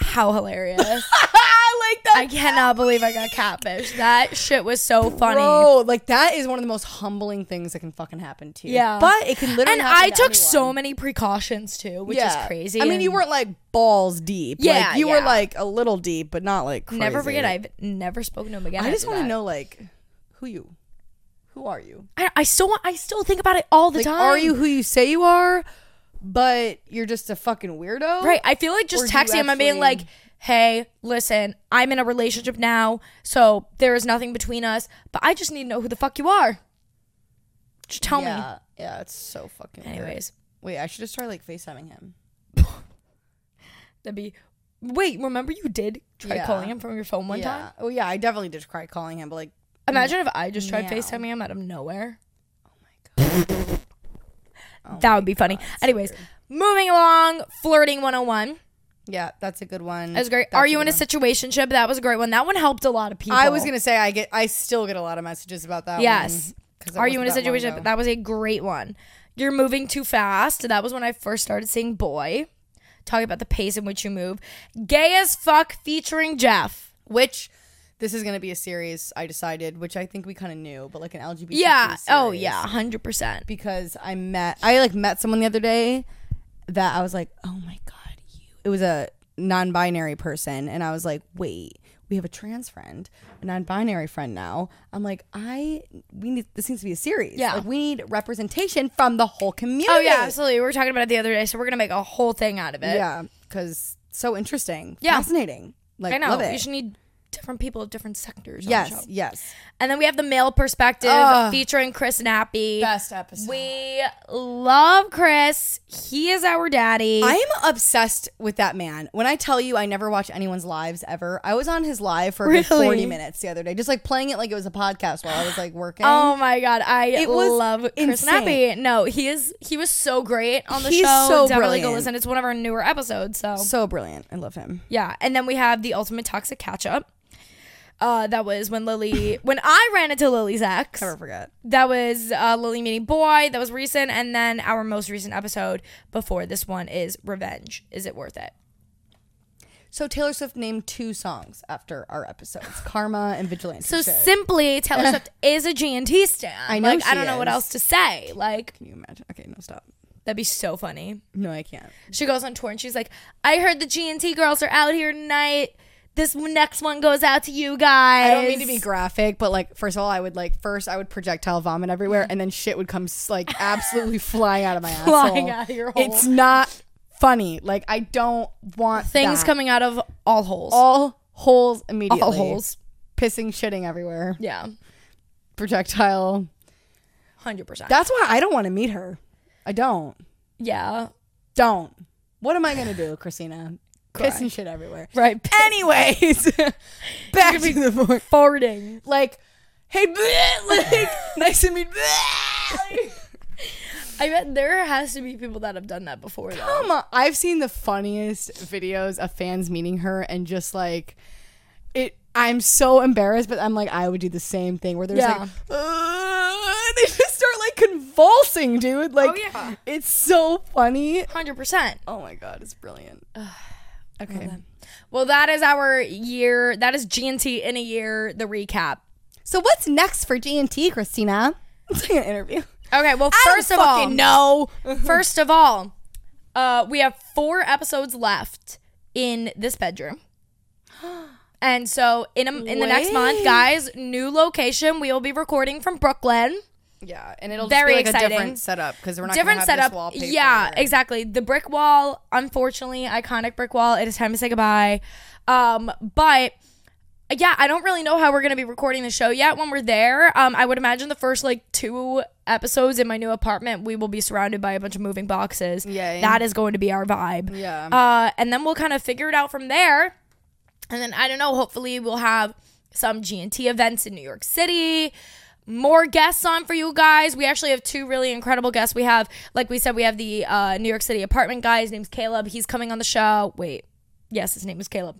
Speaker 1: How hilarious!
Speaker 2: I like that.
Speaker 1: I cannot believe I got catfished. That shit was so funny.
Speaker 2: Bro, like that is one of the most humbling things that can fucking happen to you.
Speaker 1: Yeah.
Speaker 2: but it can literally.
Speaker 1: and
Speaker 2: happen
Speaker 1: I
Speaker 2: to
Speaker 1: took so
Speaker 2: anyone.
Speaker 1: many precautions too, which is crazy.
Speaker 2: I mean, you
Speaker 1: And
Speaker 2: weren't like balls deep. Like,
Speaker 1: Yeah,
Speaker 2: you were
Speaker 1: yeah.
Speaker 2: like a little deep, but not like. Crazy.
Speaker 1: never forget. I've never spoken to him again.
Speaker 2: I just
Speaker 1: after
Speaker 2: want to
Speaker 1: that.
Speaker 2: know like who you, who are you?
Speaker 1: I, I still want. I still think about it all the
Speaker 2: Like,
Speaker 1: time.
Speaker 2: are you who you say you are, but you're just a fucking weirdo?
Speaker 1: Right. I feel like
Speaker 2: Or
Speaker 1: just
Speaker 2: do
Speaker 1: texting
Speaker 2: you
Speaker 1: him and being
Speaker 2: actually-
Speaker 1: like, hey, listen, I'm in a relationship now, so there is nothing between us, but I just need to know who the fuck you are. Just tell me.
Speaker 2: Yeah. Yeah, it's so fucking. weird.
Speaker 1: Anyways,
Speaker 2: Wait, I should just try like FaceTiming him.
Speaker 1: that'd be. Wait, remember you did try
Speaker 2: Yeah.
Speaker 1: calling him from your phone one
Speaker 2: yeah.
Speaker 1: time?
Speaker 2: Oh yeah, I definitely did try calling him, but like,
Speaker 1: Imagine if I just tried
Speaker 2: Now.
Speaker 1: FaceTiming him out of nowhere.
Speaker 2: Oh
Speaker 1: that would be funny. Anyways, moving along, flirting 101.
Speaker 2: yeah, that's a good one.
Speaker 1: That was great.
Speaker 2: That's
Speaker 1: Are you in a
Speaker 2: good
Speaker 1: situationship? That was a great one. That one helped a lot of people.
Speaker 2: one. I was gonna say I get, I still get a lot of messages about that.
Speaker 1: Yes.
Speaker 2: one, 'cause it
Speaker 1: Are you in a
Speaker 2: wasn't that long
Speaker 1: situation?
Speaker 2: ago.
Speaker 1: That was a great one. You're moving too fast. That was when I first started seeing Boy. Talking about the pace in which you move. Gay as fuck featuring Jeff.
Speaker 2: Which this is gonna be a series I decided, which I think we kind of knew, but like an LGBT.
Speaker 1: Yeah. Oh,
Speaker 2: series.
Speaker 1: yeah. 100%.
Speaker 2: because I met I like met someone the other day that I was like, "Oh my god, you." It was a non-binary person and I was like, "Wait, we have a trans friend, a non-binary friend now." I'm like, "I we need this needs to be a series.
Speaker 1: Yeah.
Speaker 2: Like we need representation from the whole community."
Speaker 1: Oh, yeah. Absolutely. We were talking about it the other day, so we're going to make a whole thing out of it.
Speaker 2: Yeah, cuz so interesting.
Speaker 1: Yeah.
Speaker 2: Fascinating. Like
Speaker 1: I know.
Speaker 2: love it.
Speaker 1: You should need different people of different sectors. On the
Speaker 2: yes,
Speaker 1: show.
Speaker 2: yes.
Speaker 1: And then we have the male perspective
Speaker 2: Ugh.
Speaker 1: featuring Chris Nappy.
Speaker 2: episode.
Speaker 1: We love Chris. He is our daddy.
Speaker 2: I am obsessed with that man. When I tell you I never watch anyone's lives ever, I was on his live for a good
Speaker 1: Really?
Speaker 2: 40 minutes the other day, just like playing it like it was a podcast while I was like working.
Speaker 1: Oh my god, I
Speaker 2: was
Speaker 1: love Chris
Speaker 2: insane.
Speaker 1: Nappy. No, he is he was so great on the
Speaker 2: He's
Speaker 1: show.
Speaker 2: so
Speaker 1: Definitely go
Speaker 2: brilliant.
Speaker 1: listen. It's one of our newer episodes. So
Speaker 2: So brilliant. I love him.
Speaker 1: yeah, and then we have the ultimate toxic catch up. Uh, that was when Lily, when I ran into Lily's ex.
Speaker 2: Never forget.
Speaker 1: That was uh, Lily meeting boy. That was recent, and then our most recent episode before this one is revenge. Is it worth it?
Speaker 2: So Taylor Swift named two songs after our episodes Karma and Vigilante.
Speaker 1: So
Speaker 2: Shit.
Speaker 1: simply, Taylor Swift is a GNT stan.
Speaker 2: I know
Speaker 1: Like I
Speaker 2: she
Speaker 1: don't know what
Speaker 2: is.
Speaker 1: else to say. Like
Speaker 2: Can you imagine? Okay, no, stop.
Speaker 1: that'd be so funny.
Speaker 2: No, I can't.
Speaker 1: She goes on tour and she's like, I heard the G&T girls are out here tonight. This next one goes out to you guys.
Speaker 2: I don't mean to be graphic, but like, first of all, I would like, first, I would projectile vomit everywhere, and then shit would come s- like absolutely flying out of my ass.
Speaker 1: Flying out of your hole.
Speaker 2: It's not funny. Like, I don't want
Speaker 1: Things
Speaker 2: that.
Speaker 1: coming out of all holes.
Speaker 2: all holes immediately.
Speaker 1: All holes.
Speaker 2: Pissing, shitting everywhere.
Speaker 1: Yeah.
Speaker 2: Projectile.
Speaker 1: 100%.
Speaker 2: That's why I don't want to meet her. I don't.
Speaker 1: yeah.
Speaker 2: Don't. What am I going to do, Christina?
Speaker 1: Cry.
Speaker 2: Pissing shit everywhere.
Speaker 1: Right.
Speaker 2: Anyways, back to the point.
Speaker 1: Farting.
Speaker 2: Like, hey, bleh, like, nice to meet bleh.
Speaker 1: I bet there has to be people that have done that before, though.
Speaker 2: Come on. Um, I've seen the funniest videos of fans meeting her and just like it. I'm so embarrassed, but I'm like I would do the same thing where there's
Speaker 1: Yeah.
Speaker 2: like "Ugh," they just start like convulsing, dude. Like
Speaker 1: yeah.
Speaker 2: it's so funny.
Speaker 1: 100%.
Speaker 2: Oh my god, it's brilliant. okay.
Speaker 1: Well, that is our year. That is G&T in a year, the recap.
Speaker 2: So what's next for G and T, Christina? It's like an interview.
Speaker 1: Okay, well, first of all,
Speaker 2: no.
Speaker 1: first of all, uh, we have four episodes left in this bedroom. And so in a, in the next month,
Speaker 2: Wait.
Speaker 1: guys, new location. We will be recording from Brooklyn.
Speaker 2: Yeah, and it'll
Speaker 1: Very
Speaker 2: very just be like
Speaker 1: exciting.
Speaker 2: a different setup because we're not
Speaker 1: Different
Speaker 2: gonna have
Speaker 1: setup.
Speaker 2: This wallpaper.
Speaker 1: yeah, exactly. The brick wall, unfortunately, iconic brick wall. It is time to say goodbye. Um, but yeah, I don't really know how we're gonna be recording the show yet when we're there. Um, I would imagine the first like two episodes in my new apartment, we will be surrounded by a bunch of moving boxes.
Speaker 2: Yay.
Speaker 1: That is going to be our vibe.
Speaker 2: Yeah.
Speaker 1: Uh, and then we'll kind of figure it out from there. And then I don't know, hopefully we'll have some G&T events in New York City. More guests on for you guys. We actually have two really incredible guests. We have, like we said, we have the uh, New York City apartment guy. His name's Caleb. He's coming on the show. Wait, yes, his name is Caleb.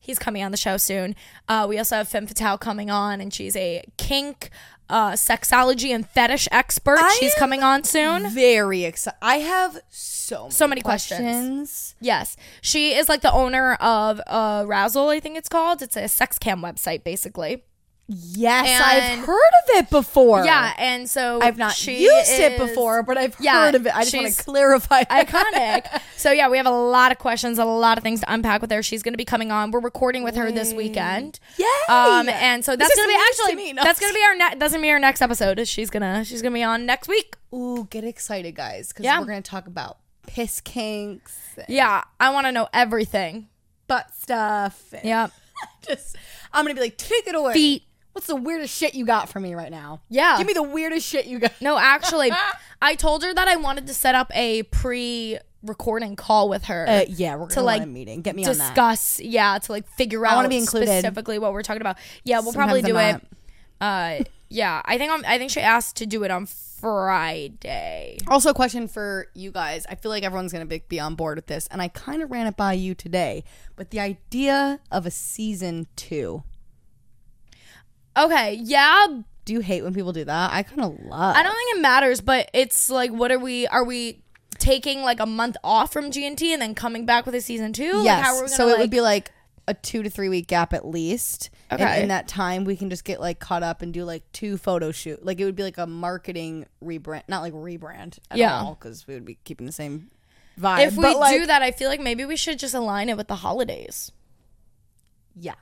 Speaker 1: He's coming on the show soon. Uh, we also have Femme Fatale coming on, and she's a kink, uh, sexology, and fetish expert.
Speaker 2: I
Speaker 1: she's
Speaker 2: am
Speaker 1: coming on soon.
Speaker 2: um, Very excited. I have so many
Speaker 1: So many questions.
Speaker 2: questions.
Speaker 1: Yes. She is like the owner of uh, Razzle, I think it's called. It's a sex cam website, basically.
Speaker 2: Yes,
Speaker 1: And-
Speaker 2: I've heard of it before.
Speaker 1: Yeah. And so
Speaker 2: Uh, I've not
Speaker 1: she
Speaker 2: used
Speaker 1: is
Speaker 2: it before, but I've
Speaker 1: Yeah,
Speaker 2: heard of it. I just want
Speaker 1: she's
Speaker 2: to clarify.
Speaker 1: Iconic. so, yeah, we have a lot of questions, a lot of things to unpack with her. She's going to be coming on. We're recording with her this weekend.
Speaker 2: Yay!
Speaker 1: Um, and so
Speaker 2: This
Speaker 1: that's
Speaker 2: is
Speaker 1: going to be
Speaker 2: news to
Speaker 1: actually,
Speaker 2: me. No.
Speaker 1: that's going to be our, ne- that's going to be our next episode. She's going to, she's going to be on next week.
Speaker 2: Ooh, get excited, guys, because
Speaker 1: Yeah.
Speaker 2: we're gonna talk about piss kinks, and
Speaker 1: Yeah. I want to know everything.
Speaker 2: butt stuff. and
Speaker 1: Yeah.
Speaker 2: just I'm gonna be like, take it away.
Speaker 1: Feet.
Speaker 2: What's the weirdest shit you got for me right now?
Speaker 1: Yeah.
Speaker 2: Give me the weirdest shit you got.
Speaker 1: No, actually, I told her that I wanted to set up a pre recording call with her.
Speaker 2: Uh, yeah, we're gonna
Speaker 1: like,
Speaker 2: want a meeting. Get me on that.
Speaker 1: discuss yeah to like figure
Speaker 2: wanna
Speaker 1: out
Speaker 2: be included.
Speaker 1: specifically what we're talking about yeah we'll probably do
Speaker 2: Sometimes
Speaker 1: it uh yeah i think i i think she asked to do it on friday
Speaker 2: Also, a question for you guys. I feel like everyone's gonna be, be on board with this, and I kind of ran it by you today. But the idea of a season two.
Speaker 1: okay yeah
Speaker 2: Do you hate when people do that? I kind of love.
Speaker 1: i don't think it matters but it's like what are we are we taking like a month off from g&t and then coming back with a season two
Speaker 2: Yes.
Speaker 1: like how are we gonna,
Speaker 2: so it
Speaker 1: like-
Speaker 2: would be like a two to three week gap at least. And
Speaker 1: Okay.
Speaker 2: in that time, we can just get like caught up and do like two photo shoot. Like it would be like a marketing rebrand, not like rebrand at
Speaker 1: Yeah.
Speaker 2: all, because we would be keeping the same vibe.
Speaker 1: if we
Speaker 2: but, like,
Speaker 1: do that i feel like maybe we should just align it with the holidays
Speaker 2: yeah,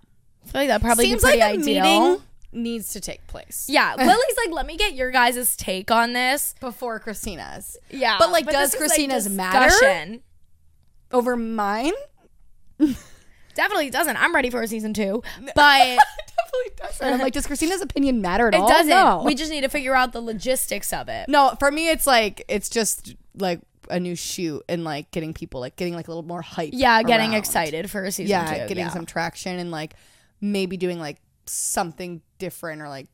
Speaker 1: i feel like that probably
Speaker 2: seems
Speaker 1: be
Speaker 2: like
Speaker 1: pretty
Speaker 2: a
Speaker 1: ideal.
Speaker 2: meeting needs to take place.
Speaker 1: yeah lily's like let me get your guys' take on this
Speaker 2: before Christina's
Speaker 1: yeah
Speaker 2: But, like, does
Speaker 1: this is,
Speaker 2: Christina's matter?
Speaker 1: discussion.
Speaker 2: over mine.
Speaker 1: Definitely doesn't. I'm ready for a season two, but
Speaker 2: Definitely doesn't. I'm like, does Christina's opinion matter at
Speaker 1: it
Speaker 2: all?
Speaker 1: doesn't.
Speaker 2: No.
Speaker 1: We just need to figure out the logistics of it.
Speaker 2: No, for me, it's like it's just like a new shoot and like getting people like getting like a little more hype.
Speaker 1: Yeah, getting
Speaker 2: around.
Speaker 1: excited for a season
Speaker 2: Yeah,
Speaker 1: two.
Speaker 2: getting
Speaker 1: yeah.
Speaker 2: some traction and like maybe doing like something different or like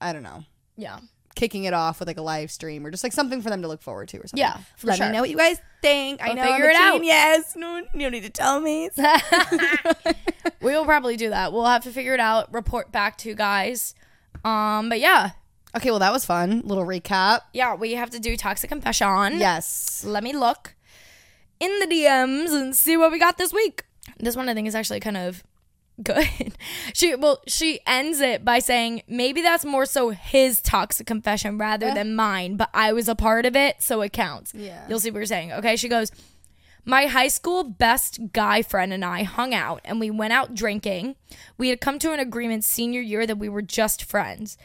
Speaker 2: I don't know,
Speaker 1: Yeah.
Speaker 2: kicking it off with like a live stream or just like something for them to look forward to or something.
Speaker 1: Yeah, for
Speaker 2: let
Speaker 1: sure.
Speaker 2: me know what you guys think. I
Speaker 1: We'll
Speaker 2: know
Speaker 1: figure it out.
Speaker 2: Yes, no, you don't need to tell me.
Speaker 1: we will probably do that. We'll have to figure it out. Report back to you guys. Um, but yeah,
Speaker 2: okay, well that was fun. Little recap.
Speaker 1: yeah, we have to do toxic confession.
Speaker 2: Yes.
Speaker 1: Let me look in the DMs and see what we got this week. This one I think is actually kind of good. she well, she ends it by saying, "Maybe that's more so his toxic confession rather than mine, but I was a part of it, so it counts."
Speaker 2: Yeah.
Speaker 1: You'll see what you're saying. Okay, she goes, my high school best guy friend and I hung out and we went out drinking. We had come to an agreement senior year that we were just friends.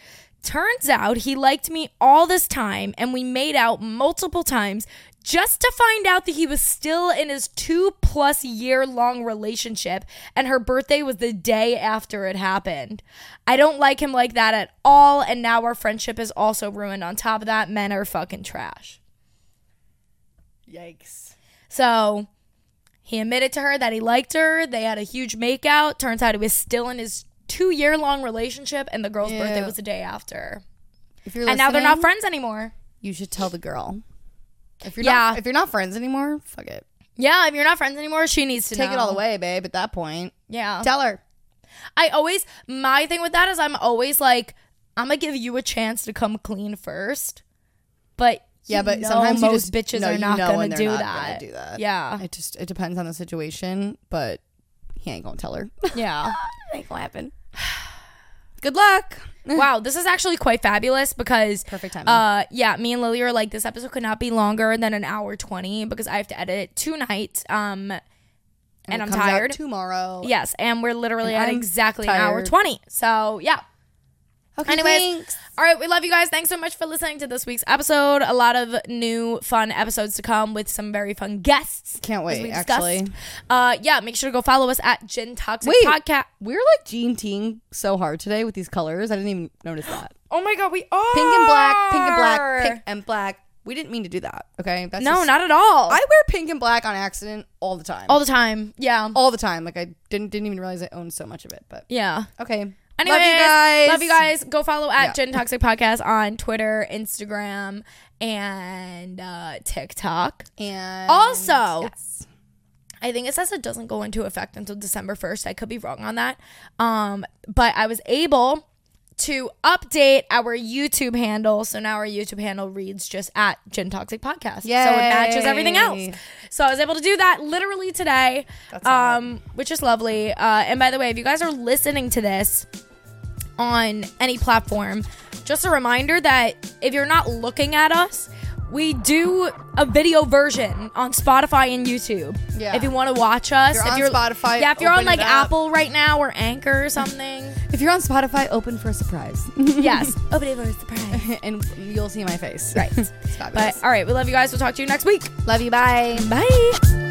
Speaker 1: Turns out he liked me all this time and we made out multiple times just to find out that he was still in his two plus year long relationship and her birthday was the day after it happened. I don't like him like that at all and now our friendship is also ruined. On top of that, men are fucking trash.
Speaker 2: Yikes.
Speaker 1: So he admitted to her that he liked her. They had a huge makeout. Turns out he was still in his two year long relationship, and the girl's
Speaker 2: Ew.
Speaker 1: birthday was the day after.
Speaker 2: If you're
Speaker 1: And now they're not
Speaker 2: listening,
Speaker 1: friends anymore.
Speaker 2: You should tell the girl. If you're
Speaker 1: Yeah.
Speaker 2: not if you're not friends anymore, fuck it.
Speaker 1: Yeah, if you're not friends anymore, she needs to
Speaker 2: Take it
Speaker 1: know.
Speaker 2: all the way, babe, at that point.
Speaker 1: Yeah.
Speaker 2: Tell her.
Speaker 1: I always, my thing with that is I'm always like, I'm going to give you a chance to come clean first. But
Speaker 2: Yeah,
Speaker 1: you
Speaker 2: but
Speaker 1: know
Speaker 2: sometimes you
Speaker 1: most
Speaker 2: just-
Speaker 1: bitches
Speaker 2: no,
Speaker 1: are
Speaker 2: you
Speaker 1: not
Speaker 2: know
Speaker 1: going
Speaker 2: when
Speaker 1: to
Speaker 2: they're
Speaker 1: do,
Speaker 2: not gonna
Speaker 1: that.
Speaker 2: do that.
Speaker 1: Yeah.
Speaker 2: It just it depends on the situation, but he ain't gonna tell her.
Speaker 1: Yeah.
Speaker 2: ain't gonna happen. Good luck.
Speaker 1: wow, this is actually quite fabulous because
Speaker 2: Perfect timing.
Speaker 1: Uh, yeah, me and Lily are like this episode could not be longer than an hour twenty because I have to edit it tonight. Um, and,
Speaker 2: it
Speaker 1: I'm
Speaker 2: comes out
Speaker 1: tired.
Speaker 2: tomorrow.
Speaker 1: Yes, and we're literally
Speaker 2: And
Speaker 1: at
Speaker 2: I'm
Speaker 1: exactly an hour
Speaker 2: tired.
Speaker 1: twenty. So yeah.
Speaker 2: Okay.
Speaker 1: Anyways,
Speaker 2: thanks.
Speaker 1: all right, we love you guys. Thanks so much for listening to this week's episode. A lot of new fun episodes to come with some very fun guests.
Speaker 2: Can't
Speaker 1: as
Speaker 2: wait,
Speaker 1: we discussed.
Speaker 2: actually.
Speaker 1: Uh, yeah, make sure to go follow us at Gin Toxic
Speaker 2: Wait.
Speaker 1: Podcast.
Speaker 2: We're like Gene Teeing so hard today with these colors. I didn't even notice that.
Speaker 1: Oh my god, we are
Speaker 2: Pink and black, pink and black, pink and black. We didn't mean to do that. Okay. That's
Speaker 1: No,
Speaker 2: just-
Speaker 1: not at all.
Speaker 2: I wear pink and black on accident all the time.
Speaker 1: all the time. Yeah.
Speaker 2: all the time. Like I didn't didn't even realize I owned so much of it. But
Speaker 1: Yeah.
Speaker 2: okay.
Speaker 1: Anyways,
Speaker 2: love you guys.
Speaker 1: Love you guys. Go follow at
Speaker 2: Yeah.
Speaker 1: Gin Toxic Podcast on Twitter, Instagram, and uh, TikTok.
Speaker 2: And
Speaker 1: Also-
Speaker 2: yes.
Speaker 1: I think it says it doesn't go into effect until December 1st. I could be wrong on that. Um, but I was able to update our YouTube handle. So now our YouTube handle reads just at Gin Toxic Podcast. So it matches everything
Speaker 2: Yay.
Speaker 1: else. So I was able to do that literally today, um, which is lovely. Uh, and by the way, if you guys are listening to this on any platform, just a reminder that if you're not looking at us, we do a video version on Spotify and YouTube.
Speaker 2: Yeah.
Speaker 1: If you want to watch us,
Speaker 2: If you're
Speaker 1: if
Speaker 2: on
Speaker 1: you're
Speaker 2: Spotify,
Speaker 1: yeah, if you're
Speaker 2: open
Speaker 1: on like
Speaker 2: it up.
Speaker 1: Apple right now or Anchor or something,
Speaker 2: if you're on Spotify, open for a surprise,
Speaker 1: yes, open it for a surprise.
Speaker 2: and you'll see my face.
Speaker 1: Right.
Speaker 2: it's fabulous.
Speaker 1: But all right, we love you guys. We'll talk to you next week.
Speaker 2: love you. Bye.
Speaker 1: Bye.